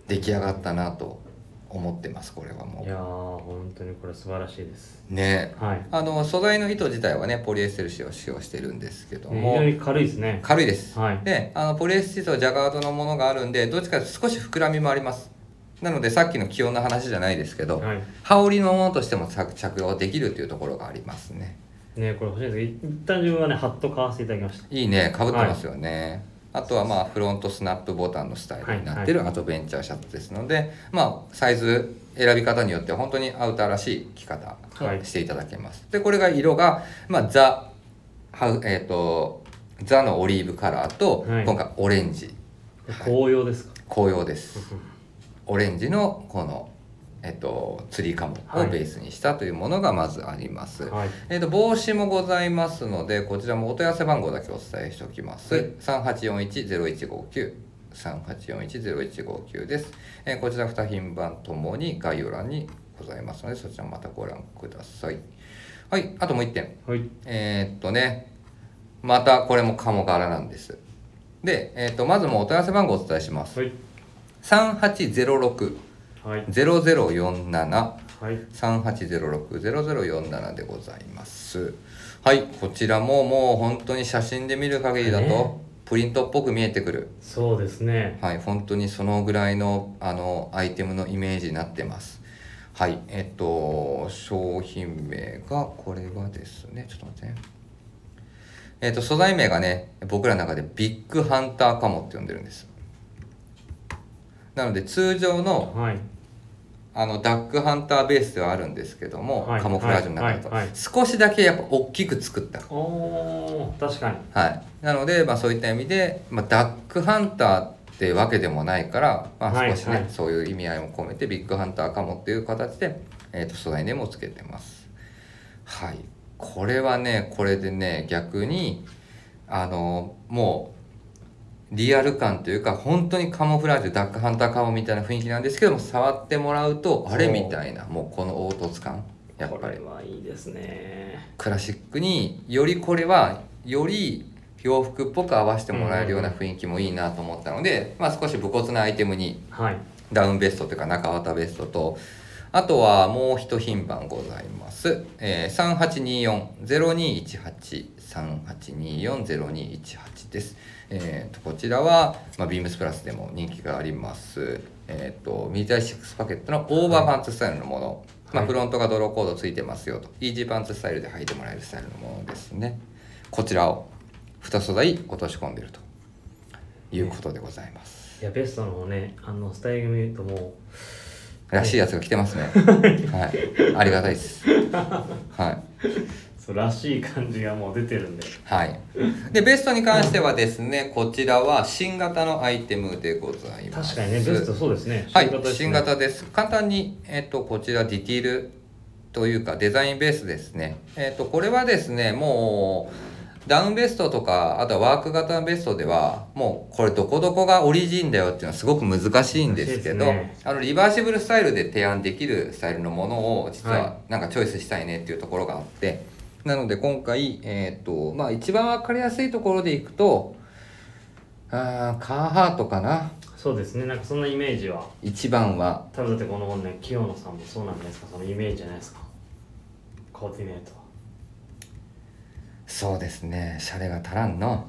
出来上がったなと思ってますこれはもいやー本当にこれ素晴らしいですう。ねはいあの素材の糸自体はねポリエステル紙を使用してるんですけどねも、非常に軽いですね軽いです、はいであのポリエステルとジャガードのものがあるんでどっちかというと少し膨らみもありますなのでさっきの気温の話じゃないですけど、はい羽織のものとしても着着用できるというところがありますねねこれ欲しいんですけど一旦自分はねハット買わせていただきましたいいねかぶってますよね、あとはまあフロントスナップボタンのスタイルになってるアドベンチャーシャツですので、まあサイズ選び方によっては本当にアウターらしい着方はいしていただけます、でこれが色が、まあ、ザハウえっ、とザのオリーブカラーと、はい今回オレンジ、紅葉ですか紅葉ですオレンジのこの、えっと、釣りカモをベースにしたというものがまずあります、はいえっと帽子もございますのでこちらもお問い合わせ番号だけお伝えしておきます、はい3841-0159 3841-0159です、えーこちら2品番ともに概要欄にございますのでそちらもまたご覧くださいはいあともう1点はいえーっとねまたこれもカモ柄なんですで、えーっとまずもうお問い合わせ番号をお伝えしますはい3806はい0047はい3806-0047でございますはいこちらももう本当に写真で見る限りだとねプリントっぽく見えてくるそうですねはい本当にそのぐらいのあのアイテムのイメージになってますはいえっと商品名がこれはですねちょっと待ってねえっと素材名がね僕らの中でビッグハンターカモって呼んでるんですなので通常のはいあのダックハンターベースではあるんですけども、はいカモフラージュの中だと、はいはい少しだけやっぱ大きく作ったおー確かにはいなので、まあ、そういった意味で、まあ、ダックハンターってわけでもないから、まはあ、い少しね、はいそういう意味合いも込めてビッグハンターカモっていう形で、えー、と素材ネームをつけてますはいこれはねこれでね逆にあのもうリアル感というか本当にカモフラージュダックハンター顔みたいな雰囲気なんですけども触ってもらうとあれみたいなもうこの凹凸感やっこぱれりはいいですねクラシックによりこれはより洋服っぽく合わせてもらえるような雰囲気もいいなと思ったので、まあ、少し武骨なアイテムにはいダウンベストというか中綿ベストとあとはもう一品番ございます、えー、3824-02183824-0218です、えー、とこちらは、まあ、ビームスプラスでも人気がありますえっ、とミリタリーシックスパケットのオーバーパンツスタイルのもの、まはあ、いフロントがドローコードついてますよと、イージーパンツスタイルで履いてもらえるスタイルのものですねこちらを2素材落とし込んでるということでございます、いやベストの方ねあのスタイル見るともらしいやつが来て ますね。はい、ありがたいです。はうそうらしい感じがもう出てるんでい、はい。で、ベストに関してはですね、こちらは新型のアイテムでございます。確かにねベスト。そうですねはい、ですね新型です。簡単に、えっと、こちらディティールというか、デザインベースですね。えっと、これはですね、もう。ダウンベストとか、あとはワーク型のベストでは、もうこれどこどこがオリジンだよっていうのはすごく難しいんですけど、難しいですねあのリバーシブルスタイルで提案できるスタイルのものを実ははなんかチョイスしたいねっていうところがあって、なので今回、えーっとまあ、一番分かりやすいところでいくとあーカーハートかなそうですねなんかそんなイメージは一番は多分だってこの本ね清野さんもそうなんじゃないですかそのイメージじゃないですかコーディネートはそうですねシャレが足らんの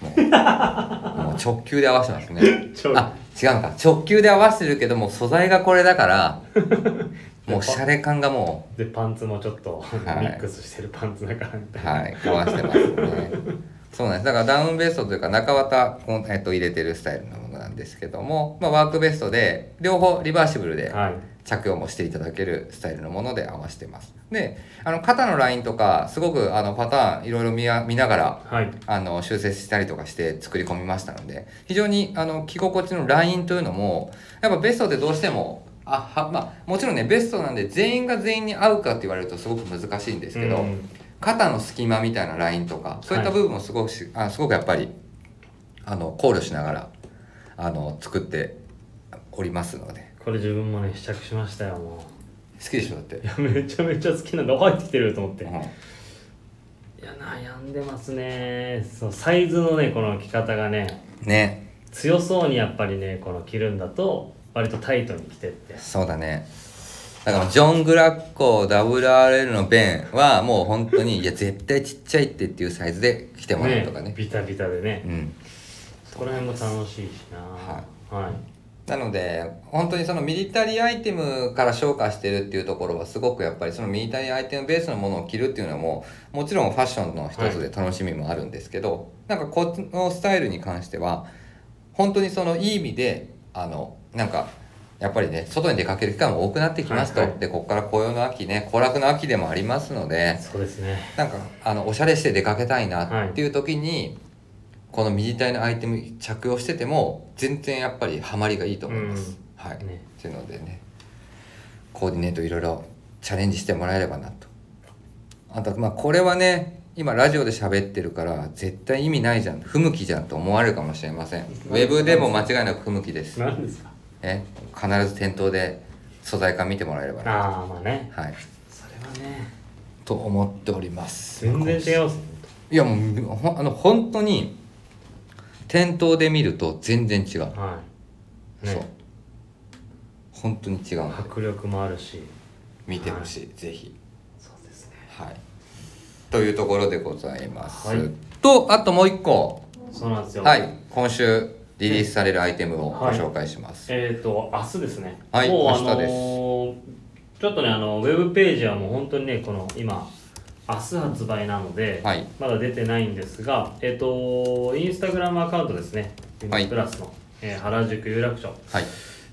もう もう直球で合わせてますねちょあ違うのか直球で合わせてるけどもう素材がこれだから もうシャレ感がもうでパンツもちょっと、はいミックスしてるパンツだからみたいな、はい、壊してますね。そうなんです。だからダウンベストというか中綿こん、えっと、入れてるスタイルのものなんですけども、まあ、ワークベストで両方リバーシブルではい着用もしていただけるスタイルのもので合わせてます。であの肩のラインとかすごくあのパターンいろいろ見や見ながらはいあの修正したりとかして作り込みましたので非常にあの着心地のラインというのもやっぱベストってどうしてもあは、まあ、もちろんねベストなんで全員が全員に合うかって言われるとすごく難しいんですけど。うん肩の隙間みたいなラインとかそういった部分もすごくし、あすごくやっぱりあの考慮しながらあの作っておりますのでこれ自分もね試着しましたよも好きでしょだってうい、やめちゃめちゃ好きなんだ入ってきてると思って、うんいや悩んでますねそうサイズのねこの着方がねね強そうにやっぱりねこの着るんだと割とタイトに着てってそうだねだからジョン・グラッコ WRL のベンはもう本当にいや絶対ちっちゃいってっていうサイズで着てもらうとかねビタビタでね、うんそこら辺も楽しいしなははい、なので本当にそのミリタリーアイテムから昇華してるっていうところはすごくやっぱりそのミリタリーアイテムベースのものを着るっていうのももちろんファッションの一つで楽しみもあるんですけど、なんかこのスタイルに関しては本当にそのいい意味であのなんかやっぱりね外に出かける機会も多くなってきますと、はいはいでここから紅葉の秋ね行楽の秋でもありますのでそうですねなんかあのおしゃれして出かけたいなっていう時に、このミリタリーのアイテム着用してても全然やっぱりハマりがいいと思います。はい、ねっていうのでねコーディネートいろいろチャレンジしてもらえればなと。あとまあこれはね今ラジオで喋ってるから絶対意味ないじゃん不向きじゃんと思われるかもしれませんウェブでも間違いなく不向きです、何ですかね、必ず店頭で素材感見てもらえればなああまあねはいそれはねと思っております全然違いますねいやもうほんあの本当に店頭で見ると全然違う、はいそうね本当に違うんで迫力もあるし見てほしい、ぜひそうですねはいというところでございます、はいとあともう一個そうなんですよはい今週リリースされるアイテムをごはい紹介します、えっ、と明日ですねはいもうあ明日のですーちょっとねあのウェブページはもう本当にねこの今明日発売なので、はいまだ出てないんですがえっ、とインスタグラムアカウントですねビはいムプラスの、えー原宿有楽町はい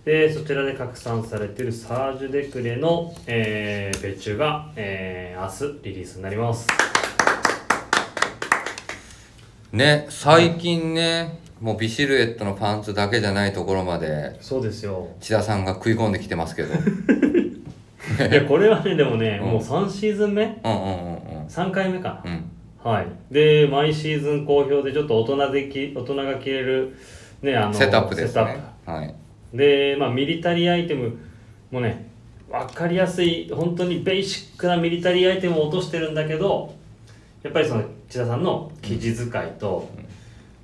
でそちらで拡散されているサージュデクレの、えー、別注が、えー、明日リリースにな りますね最近ね、もうビシルエットのパンツだけじゃないところまでそうですよ千田さんが食い込んできてます けどうんいやこれはねでもね、うんもう3シーズン目うんうんうん3回目かなうんはい、で毎シーズン好評でちょっと大人でき大人が着れる、ね、あのセットアップですセッねトアッはいプで、まあ、ミリタリーアイテムもね分かりやすい本当にベーシックなミリタリーアイテムを落としてるんだけどやっぱりその千田さんの生地使いと、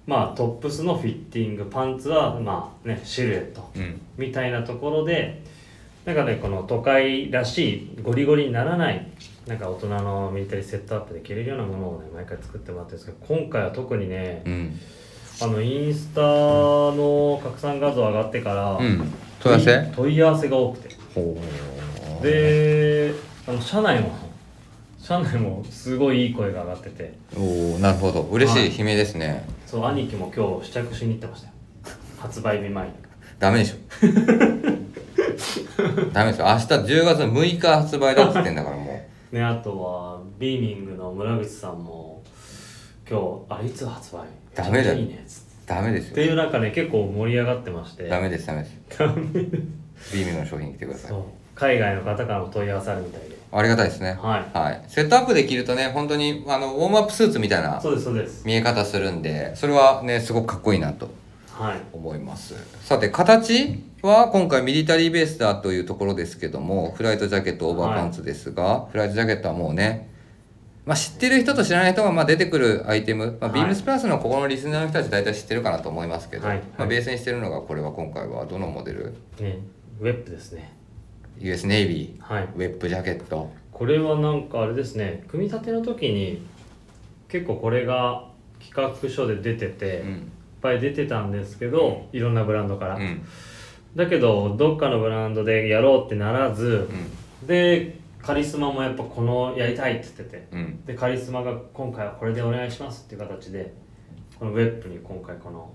まあ、トップスのフィッティングパンツは、まあね、シルエットうんみたいなところでなんかねこの都会らしいゴリゴリにならないなんか大人のミリタリーセットアップで着れるようなものをね毎回作ってもらってるんですけど今回は特にねうんあのインスタの拡散画像上がってから、うん問い合わせ問い合わせが多くてほうであの社内も社内もすごいいい声が上がってておおなるほど嬉しい悲鳴ですね、そう兄貴も今日試着しに行ってましたよ発売日前にダメでしょ ダメですよ明日10月6日発売だっつってんだからもうねあとはビーミングの村口さんも今日あれいつ発売ダメだよいいねっつってダメでっすていよう中ね結構盛り上がってまして ダメですダメですダメでビーミングの商品来てくだすさいそう海外の方からも問い合わせあるみたいでありがたいですねはいはいセットアップできるとね本当にあのウォームアップスーツみたいなそうですそうです見え方するんでそれはねすごくかっこいいなとはい思いますさて形は今回ミリタリーベースだというところですけどもフライトジャケットオーバーパンツですが、フライトジャケットはもうね、まあ、知ってる人と知らない人がまあ出てくるアイテム、まあ、はいビームスプラスのここのリスナーの人たち大体知ってるかなと思いますけど、はいはいまあ、ベースにしてるのがこれは今回はどのモデルねウェップですね ?US ネイビはいーウェップジャケットこれはなんかあれですね組み立ての時に結構これが企画書で出てて、ういっん、ぱい出てたんですけど、いろんなブランドから、うんだけどどっかのブランドでやろうってならず、でカリスマもやっぱこのやりたいって言っててうんうんでカリスマが今回はこれでお願いしますっていう形でこのウェップに今回この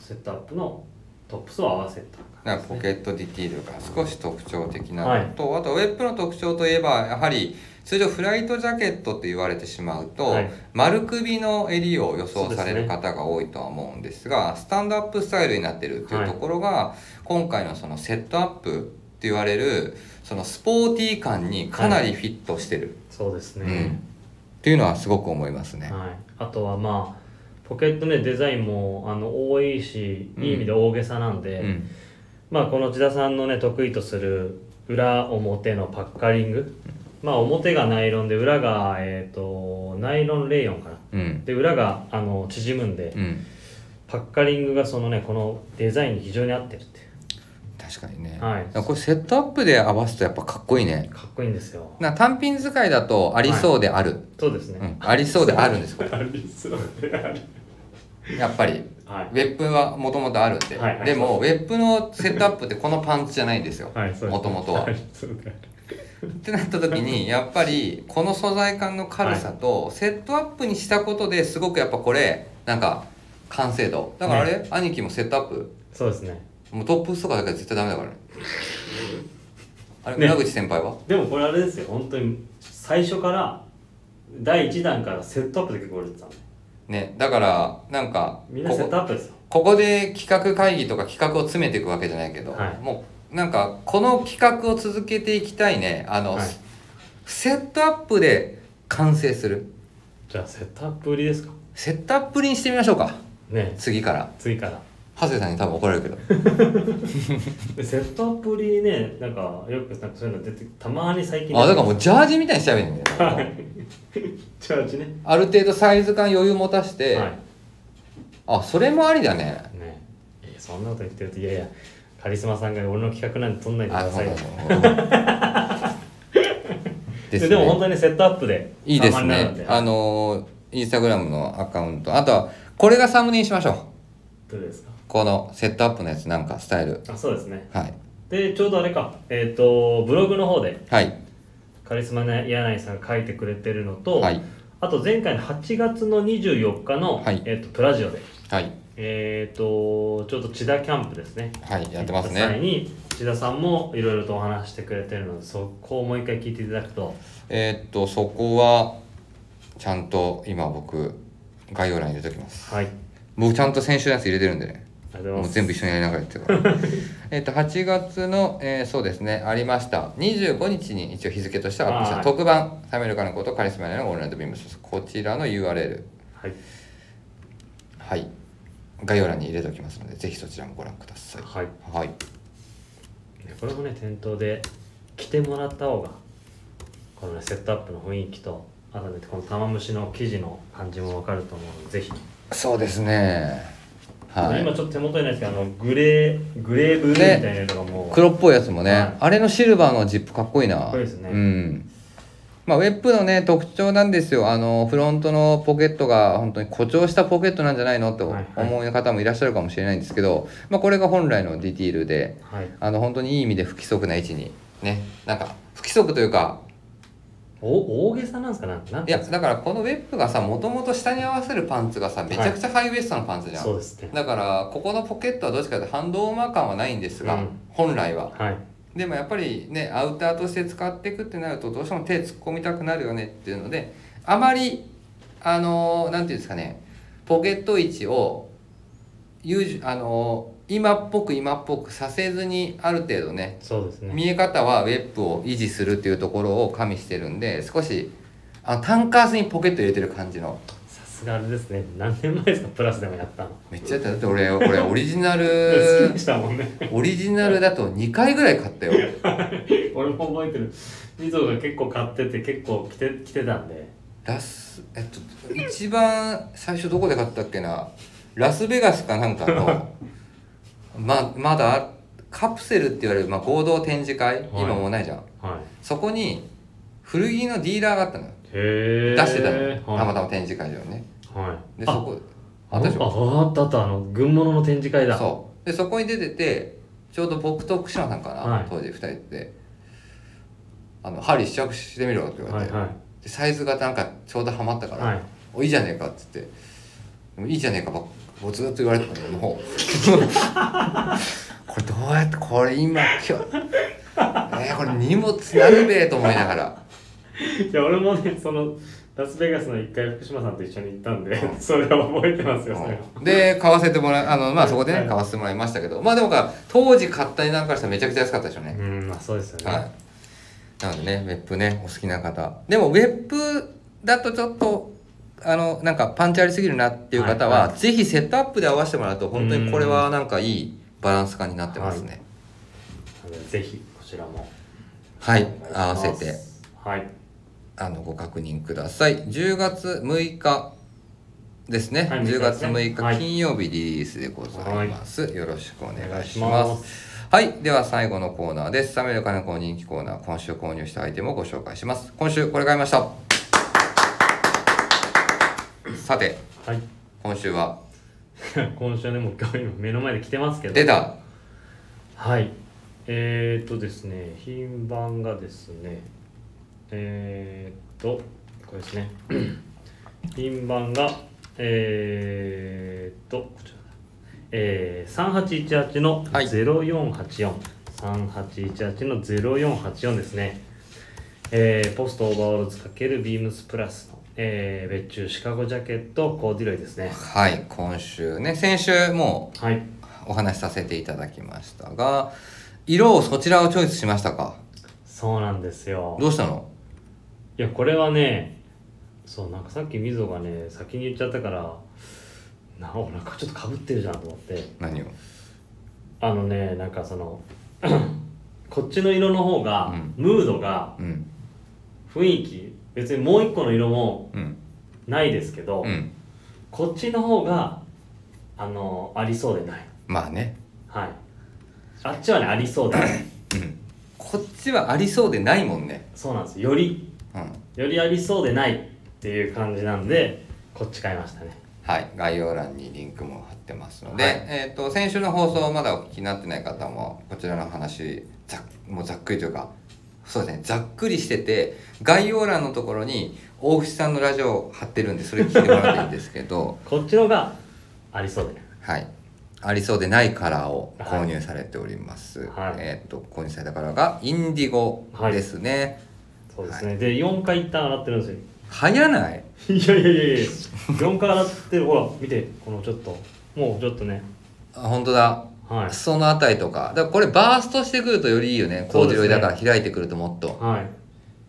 セットアップのトップスを合わせただから感じですポねケットディティールが少し特徴的はないのと、あとウェップの特徴といえばやはり通常フライトジャケットって言われてしまうと、はい丸首の襟を予想されそうでするね方が多いとは思うんですがスタンドアップスタイルになってるっていうところが、今回のそのセットアップって言われるそのスポーティー感にかなりフィットしてる、そうですうん、っね、ていうのはすごく思いますね。はい、あとはまあポケットねデザインもあの多いしうんいい意味で大げさなんで、うんまあこの千田さんのね得意とする裏表のパッカリングまあ表がナイロンで裏がえっ、とナイロンレイヨンかなうんで裏があの縮むんで、うんパッカリングがそのねこのデザインに非常に合ってるってい確かにね、うはいだからこれセットアップで合わすとやっぱかっこいいねかっこいいんですよな単品使いだとありそうである、そうですうんね、、ありそうであるんですこありそうであるれやっぱりはいウェップはもともとあるんで、はいはいでもウェップのセットアップってこのパンツじゃないんですよ、はいそうですもともとはあ。りそうであるってなった時にやっぱりこの素材感の軽さとセットアップにしたことですごくやっぱこれなんか完成度だからあれ、兄貴もセットアップそうですねもうトップスとかだから絶対ダメだからねあれね村口先輩は、でもこれあれですよ本当に最初から第1弾からセットアップで結構売れてたんでねだからなんかみんなこセッこトアップですよここで企画会議とか企画を詰めていくわけじゃないけど、はいもうなんかこの企画を続けていきたいねあの、はいセットアップで完成するじゃあセットアップ売りですかセットアップにしてみましょうかね次から次から長谷さんに多分怒られるけどでセットアップ売りねなんかよくなんかそういうの出てたまに最近 あだからもうジャージみたいにしちゃべるんだよはいチャージねある程度サイズ感余裕持たして、はいあそれもありだねねえそんなこと言ってるといやいやカリスマさんが俺の企画なんて撮んないでくあだそさういだよそうだで,、ねでも本当にねセットアップでいいですたまになるんね。あのーインスタグラムのアカウント。あとは、これがサムネにしましょう。どうですかこのセットアップのやつ、なんかスタイル。あそうですねはい。でちょうどあれかえっ、とブログの方ではい。カリスマの柳井さんが書いてくれてるのと、はい。あと前回の8月の24日の、はいえっとプラジオではい。えっ、とちょっと千田キャンプですねはい。やってます行った際ね。に千田さんもいろいろとお話してくれてるのでそこをもう一回聞いていただくとえーっと、そこは、ちゃんと今僕、概要欄に入れておきます。はいあり僕ちゃんと先週のやつ入れてるんでね。がとうございもまうす全部一緒にやりながらやってるから。 えっと、8月の、えーそうですね、ありました。25日に一応日付としてはアップしはたい特番、サメルカのこと、カリスマやのオールナイトビームス。こちらの URL、はいはい、概要欄に入れておきますので、ぜひそちらもご覧ください。はいはい。これもね店頭で着てもらった方がこのねセットアップの雰囲気とあとねこの玉虫の生地の感じもわかると思うのでぜひ、そうですね。は今い。ちょっと手元にないですけどあのグレーグレーブルーみたいなのがもう、黒っぽいやつもね、はいあれのシルバーのジップかっこいいな。っこいいですねうん。まあ、ウェップのね、特徴なんですよ。あの、フロントのポケットが本当に誇張したポケットなんじゃないのとはいはい思う方もいらっしゃるかもしれないんですけど、まあ、これが本来のディティールで、はい、あの、本当にいい意味で不規則な位置に、ね、なんか、不規則というか、お大げさなんですかなんなんいていや、うんですだかからこのウェップがさ、もともと下に合わせるパンツがさ、めちゃくちゃハイウエストのパンツじゃん。そうですねだからここのポケットはどっちかというとハンドウォーマー感はないんですが、うん本来ははいでもやっぱりねアウターとして使っていくってなるとどうしても手突っ込みたくなるよねっていうのであまりあのなんていうんですかねポケット位置をゆうあの今っぽく今っぽくさせずにある程度ねそうですね見え方はウェップを維持するっていうところを加味してるんで少しあのタンカースにポケット入れてる感じのさすがあれですね何年前ですかプラスでもやったのめっちゃやっただって俺俺オリジ ナ好きルでしたもんね オリジナルだと2回ぐらい買ったよ。俺も覚えてる二蔵が結構買ってて結構着て着てたんでラス、えっと、一番最初どこで買ったっけなラスベガスかなんか の、ま、まだカプセルって言われる、まあ、合同展示会、今もうないじゃん。はそこに古着のディーラーがあったのよ。いへえ出してたのよ。たまたまま展示会場にね。はいで、あそこ、あったでしょああったあったあの軍物の展示会だそう。で、そこに出てて、ちょうど僕と串野さんかな、はい当時2人で。あの、針試着してみろって言わはれいて、はでサイズがなんかちょうどハマったかいら、はいおいいじゃねえかっつってでもいいじゃねえかばっかもうずっと言われてたのよもう これどうやってこれ今今日えー、これ荷物なるべえと思いながらいや俺もねそのラスベガスの一回福島さんと一緒に行ったんで それは覚えてますよそれはうんで買わせてもらうあのまあそこではねい買わせてもらいましたけどまあでもか当時買った値段からしたらめちゃくちゃ安かったでしょううね、んまあそうですよねはいなのでねウェップねお好きな方でもウェップだとちょっとあのなんかパンチありすぎるなっていう方は、はいはぜひセットアップで合わせてもらうと本当にこれはなんかいいバランス感になってますね、なのでぜひこちらもはいお願いし、合まわすせてはいあのご確認ください。10月6日ですね。はい10月6 6日はい日金曜日リリースでございます。よろしくおお願願いいししま。ますはい。では最後のコーナーです。サメルカネコの人気コーナー、今週購入したアイテムをご紹介します。今週これ買いました。さて、はい 今週は今週はねもう今日今目の前で来てますけど出た。はい。えー、っとですね、品番がですね、えー、っと、これですね。 品番が、えー、っと、こちらだ。えー、3818のはい0484。3818の0484ですね。えー、ポストオーバーオールズ×ビームスプラスの、えー、別注シカゴジャケットコーディロイですね。はい。今週ね、先週もはい。うお話しさせていただきましたが、色をそちらをチョイスしましたかそうなんですよ。どうしたのいやこれはねそうなんかさっきみぞがね先に言っちゃったからなおなんかちょっとかぶってるじゃんと思って何をあのねなんかその こっちの色の方が、うムードがうん雰囲気別にもう一個の色もうんないですけど、うんこっちの方があのありそうでないまあねはいあっちはねありそう でないうんこっちはありそうでないもんねそうなんですよりうんよりありそうでないっていう感じなんでこっち買いましたねはい概要欄にリンクも貼ってますので、はいえっ、と先週の放送まだお聞きになってない方もこちらの話ざっもうざっくりというかそうですねざっくりしてて概要欄のところに大串さんのラジオを貼ってるんでそれ聞いてもらっていいんですけ どこっちの方がありそうでないはいありそうでないカラーを購入されております、はいえっ、と購入されたカラーがインディゴですね、そうですね、で4回一旦洗ってるんですよ早ない いやいやいやいや4回洗ってるほら見てこのちょっともうちょっとねあ本当だはいそのあたりとかだからこれバーストしてくるとよりいいよねそ工うで事よすねりだから開いてくるともっと、はい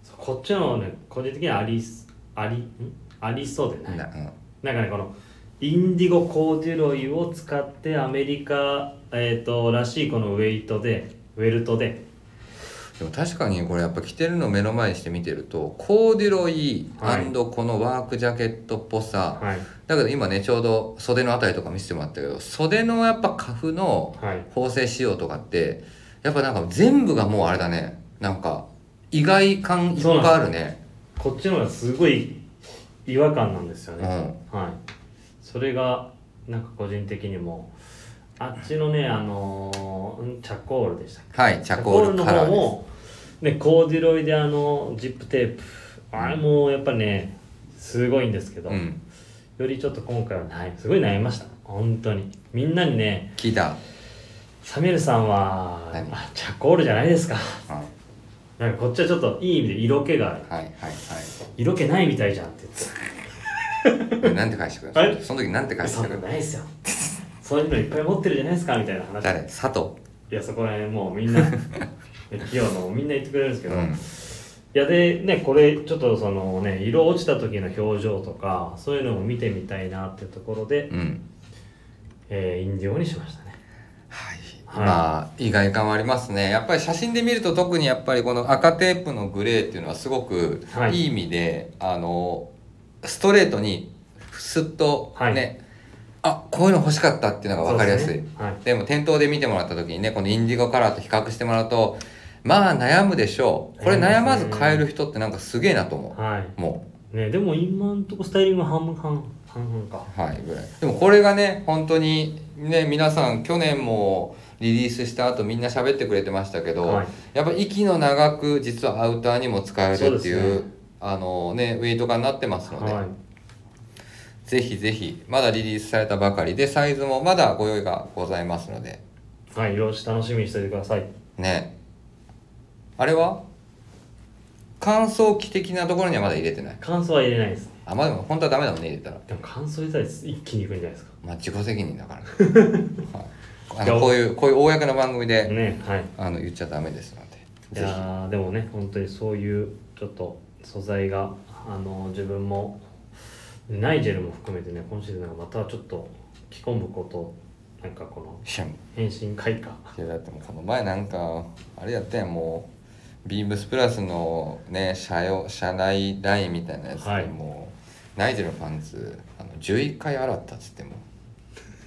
そうこっちの方ね個人的にはありありんありそうでないなうんなんかねこのインディゴコーデュロイを使ってアメリカ、えー、とらしいこのウェイトでウェルトででも確かにこれやっぱ着てるのを目の前にして見てるとコーデュロイはいこのワークジャケットっぽさ、はいだけど今ねちょうど袖のあたりとか見せてもらったけど袖のやっぱカフのはい縫製仕様とかってやっぱなんか全部がもうあれだねなんか意外感いっぱいあるねこっちの方がすごい違和感なんですようね、はいそれがなんか個人的にもあっちのねあのーんチャコールでしたっんはいけチャコールカラーチャでコの方もねコーデュロイであのジップテープあれもうやっぱねすごいんですけすど、うんよりちょっと今回はないすごい悩みました本当にみんなにね聞いた、サミュエルさんは何あチャコールじゃないですかうんはいなんかこっちはちょっといい意味で色気があるはいは色気ないみたいじゃんって言ってたいえなんて返してくれえるその時なんて返しそてんくれなるな いですよそういうのいっぱい持ってるじゃないですかみたいな話誰佐藤いやそこら辺もうみん な企業のみんな言ってくれるんですけうど、いんやでねこれちょっとそのね色落ちた時の表情とかそういうのも見てみたいなっていうところで、うんえーインディゴにしましたねはい、はいまあ意外感はありますねやっぱり写真で見ると特にやっぱりこの赤テープのグレーっていうのはすごくはいいい意味で、あのストレートにスッとはいね、あこういうの欲しかったっていうのが分かりやすいそうで,、でねはいも店頭で見てもらった時にねこのインディゴカラーと比較してもらうとまあ悩むでしょうこれ悩悩みまますずね買える人ってなんかすげえなと思はうもういね、でも今んとこスタイリングは半分半半々かはい、ぐらいでもこれがね本当にね皆さん去年もリリースした後みんな喋ってくれてましたけど、はいやっぱ息の長く実はアウターにも使えるっていそううですねあの、ね、ウェイト感になってますので、はいぜひぜひまだリリースされたばかりでサイズもまだご用意がございますのではい、色落ち楽しみにしておいてくださいねあれは乾燥機的なところにはまだ入れてない乾燥は入れないですあまあでも本当はダメだもんね入れたら。でも乾燥入れたら一気にいくんじゃないですまあ、自己責任だ から、はい、あのこういうこういう公の番組で、かねはいあの言っちゃダメですのいで。ぜやひ。ーでもね本当にそういうちょっと素材があの自分もナイジェルも含めてね今シーズンなんかまたちょっと着込むことなんかこのシャン変身開花いやだってもうこの前なんかあれやったやんもうビームスプラスのね社用社内ラインみたいなやつで、はいもうナイジェルのパンツあの11回洗ったっつっても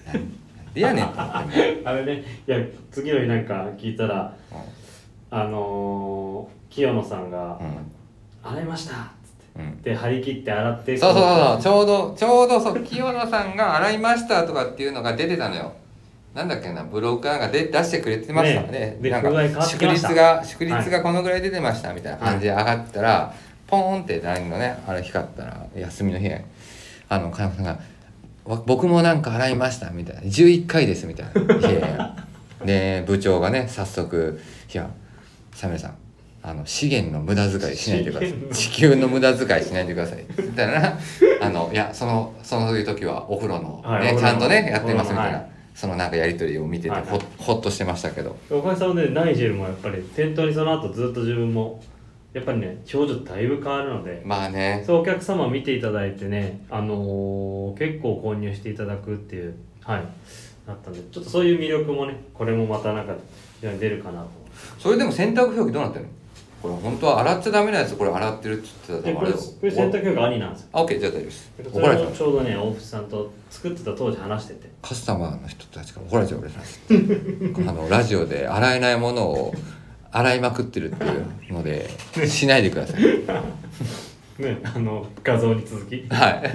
なんなんでやねんって なっても あれねいや次の日なんか聞いたらあのー、清野さんがうん「洗いました」っつってうんうんで張り切って洗ってそうそうそうそうちょうどちょうどそう清野さんが洗いましたとかっていうのが出てたのよなんだっけなブログかなんかで出してくれてましたねねでなん風合い変かわって祝きま日したが祝日がこのぐらい出てましたみたいな感じで上がったら、ポーンって LINE のねあれ光ったら休みの日あの金子さんがわ「僕もなんか洗いました」みたいな「11回です」みたいな「いやいや」で部長がね早速「いやサメさんあの資源の無駄遣いしないでください資源の地球の無駄遣いしないでください」みたいな「あのいやそのそのそういう時はお風呂の、ねはいお風呂のちゃんとねやってます」みたいな、はいそのなんかやり取りを見ててほ,、はいはいほっとしてましたけどおかげさまでナイジェルもやっぱり店頭にその後ずっと自分もやっぱりね表情だいぶ変わるのでまあねそうお客様見ていただいてね、あのー結構購入していただくっていうはいなったんでちょっとそういう魅力もねこれもまたなんか非常に出るかなとそれでも洗濯表記どうなってるのこれ本当は洗っちゃダメなやつこれ洗ってるって言ってたえらこあれれこだれ洗濯機が兄なんですよあ OK じゃあ大丈夫ですそ怒られれちゃもうちょうどね大渕さんと作ってた当時話しててカスタマーの人たちから怒られちゃう俺らあのラジオで洗えないものを洗いまくってるっていうのでしないでくださいねあの画像に続 きはい、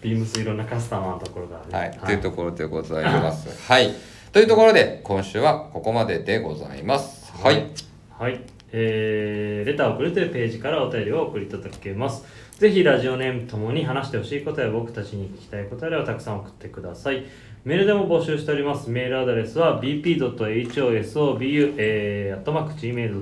ビームスいろんなカスタマーのところからはいね、というところでございますはいというところで今週はここまででございますはい、はい、えーレターを送るというページからお便りを送りいただけますぜひラジオネームともに話してほしいことや僕たちに聞きたいことあればたくさん送ってくださいメールでも募集しておりますメールアドレスは bp.hosobu、えー、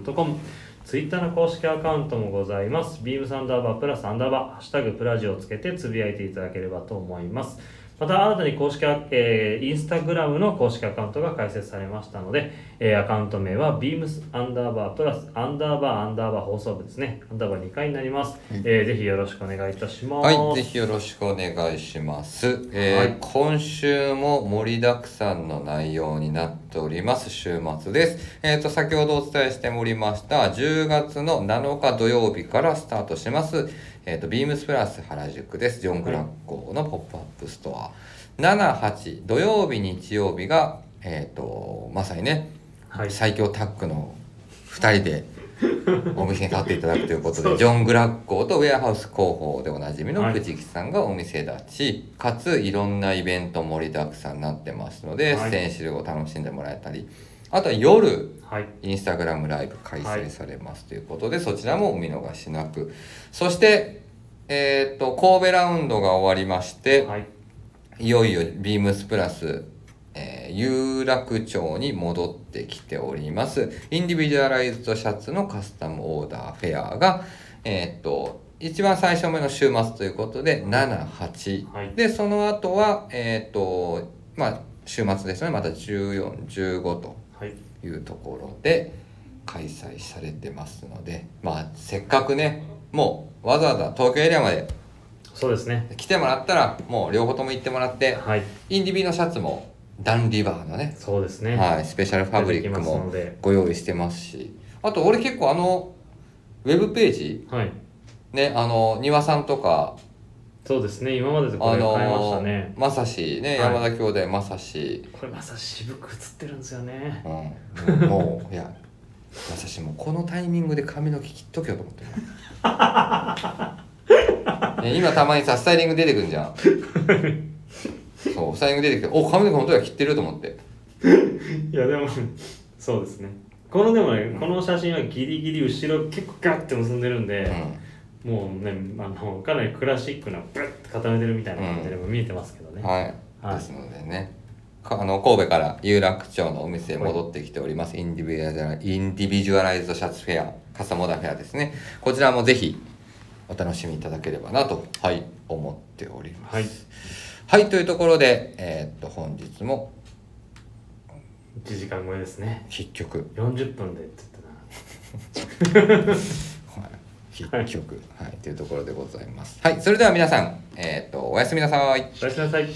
gmail.com ツイッターの公式アカウントもございます。ビームサンダーバープラスアンダーバー、ハッシュタグプラジをつけてつぶやいていただければと思います。また新たに公式ア、えーインスタグラムの公式アカウントが開設されましたので、えーアカウント名は beams アンダーバープラスアンダーバーアンダーバー放送部ですねアンダーバー2回になります、えーぜひよろしくお願いいたしますはい、ぜひよろしくお願いします。えーはい今週も盛りだくさんの内容になっております。週末です。えっ、と、先ほどお伝えしておりました、10月の7日土曜日からスタートします、えっ、と、ビームスプラス原宿です。ジョン・グラッコーのポップアップストア。7、8、土曜日、日曜日が、えっ、と、まさにね、はい最強タッグの2人 でお店に立っていただくということそでうジョン・グラッコーとウェアハウス広報でおなじみのはい藤木さんがお店立ち、かついろんなイベント盛りだくさんになってますので、はスいテンシルを楽しんでもらえたりあとは夜はいインスタグラムライブ開催されますということで、そちらもお見逃しなくそして、えー、と神戸ラウンドが終わりまして、はいいよいよビームスプラス、えー有楽町に戻ってきております。インディビジュアライズドシャツのカスタムオーダーフェアが、えーっと、一番最初目の週末ということで、7、8。はいで、その後は、えーっと、まあ、週末ですね、また14、15とはいいうところで開催されてますので、まあ、せっかくね、もうわざわざ東京エリアまでそうですね来てもらったら、もう両方とも行ってもらって、はいインディビーのシャツもダン・リバーのね、そうですねはい、スペシャルファブリック出てきますのもでご用意してますしあと俺結構あのウェブページはいねあの庭さんとかそうですね今までとこあれ変えましたのね、まさしね、はい山田兄弟まさし、これまさ渋く映ってるんですよねうん、もういやまさしもうこのタイミングで髪の毛切っとけよと思 ってるね今たまにさスタイリング出てくるじゃ んそうスタイリング出てきてお髪の毛本当は切ってると思っていやでもそうですねこのでもねこの写真はギリギリ後ろ結構ガッて結んでるんうで、んもうねあのかなりクラシックなブッて固めてるみたいな感じでも見えてますけどね、はい、はいですのでねかあの神戸から有楽町のお店へ戻ってきております、インディビジュアラインディビジュアライズドシャツフェアカサモダフェアですねこちらもぜひお楽しみいただければなと、はい、思っておりますはいはいというところで、えーっと本日も1時間超えですね結局40分でって言ってなはい結局、はい、というところでございます。はい、それでは皆さん、えーっとおやすみなさい。おやすみなさい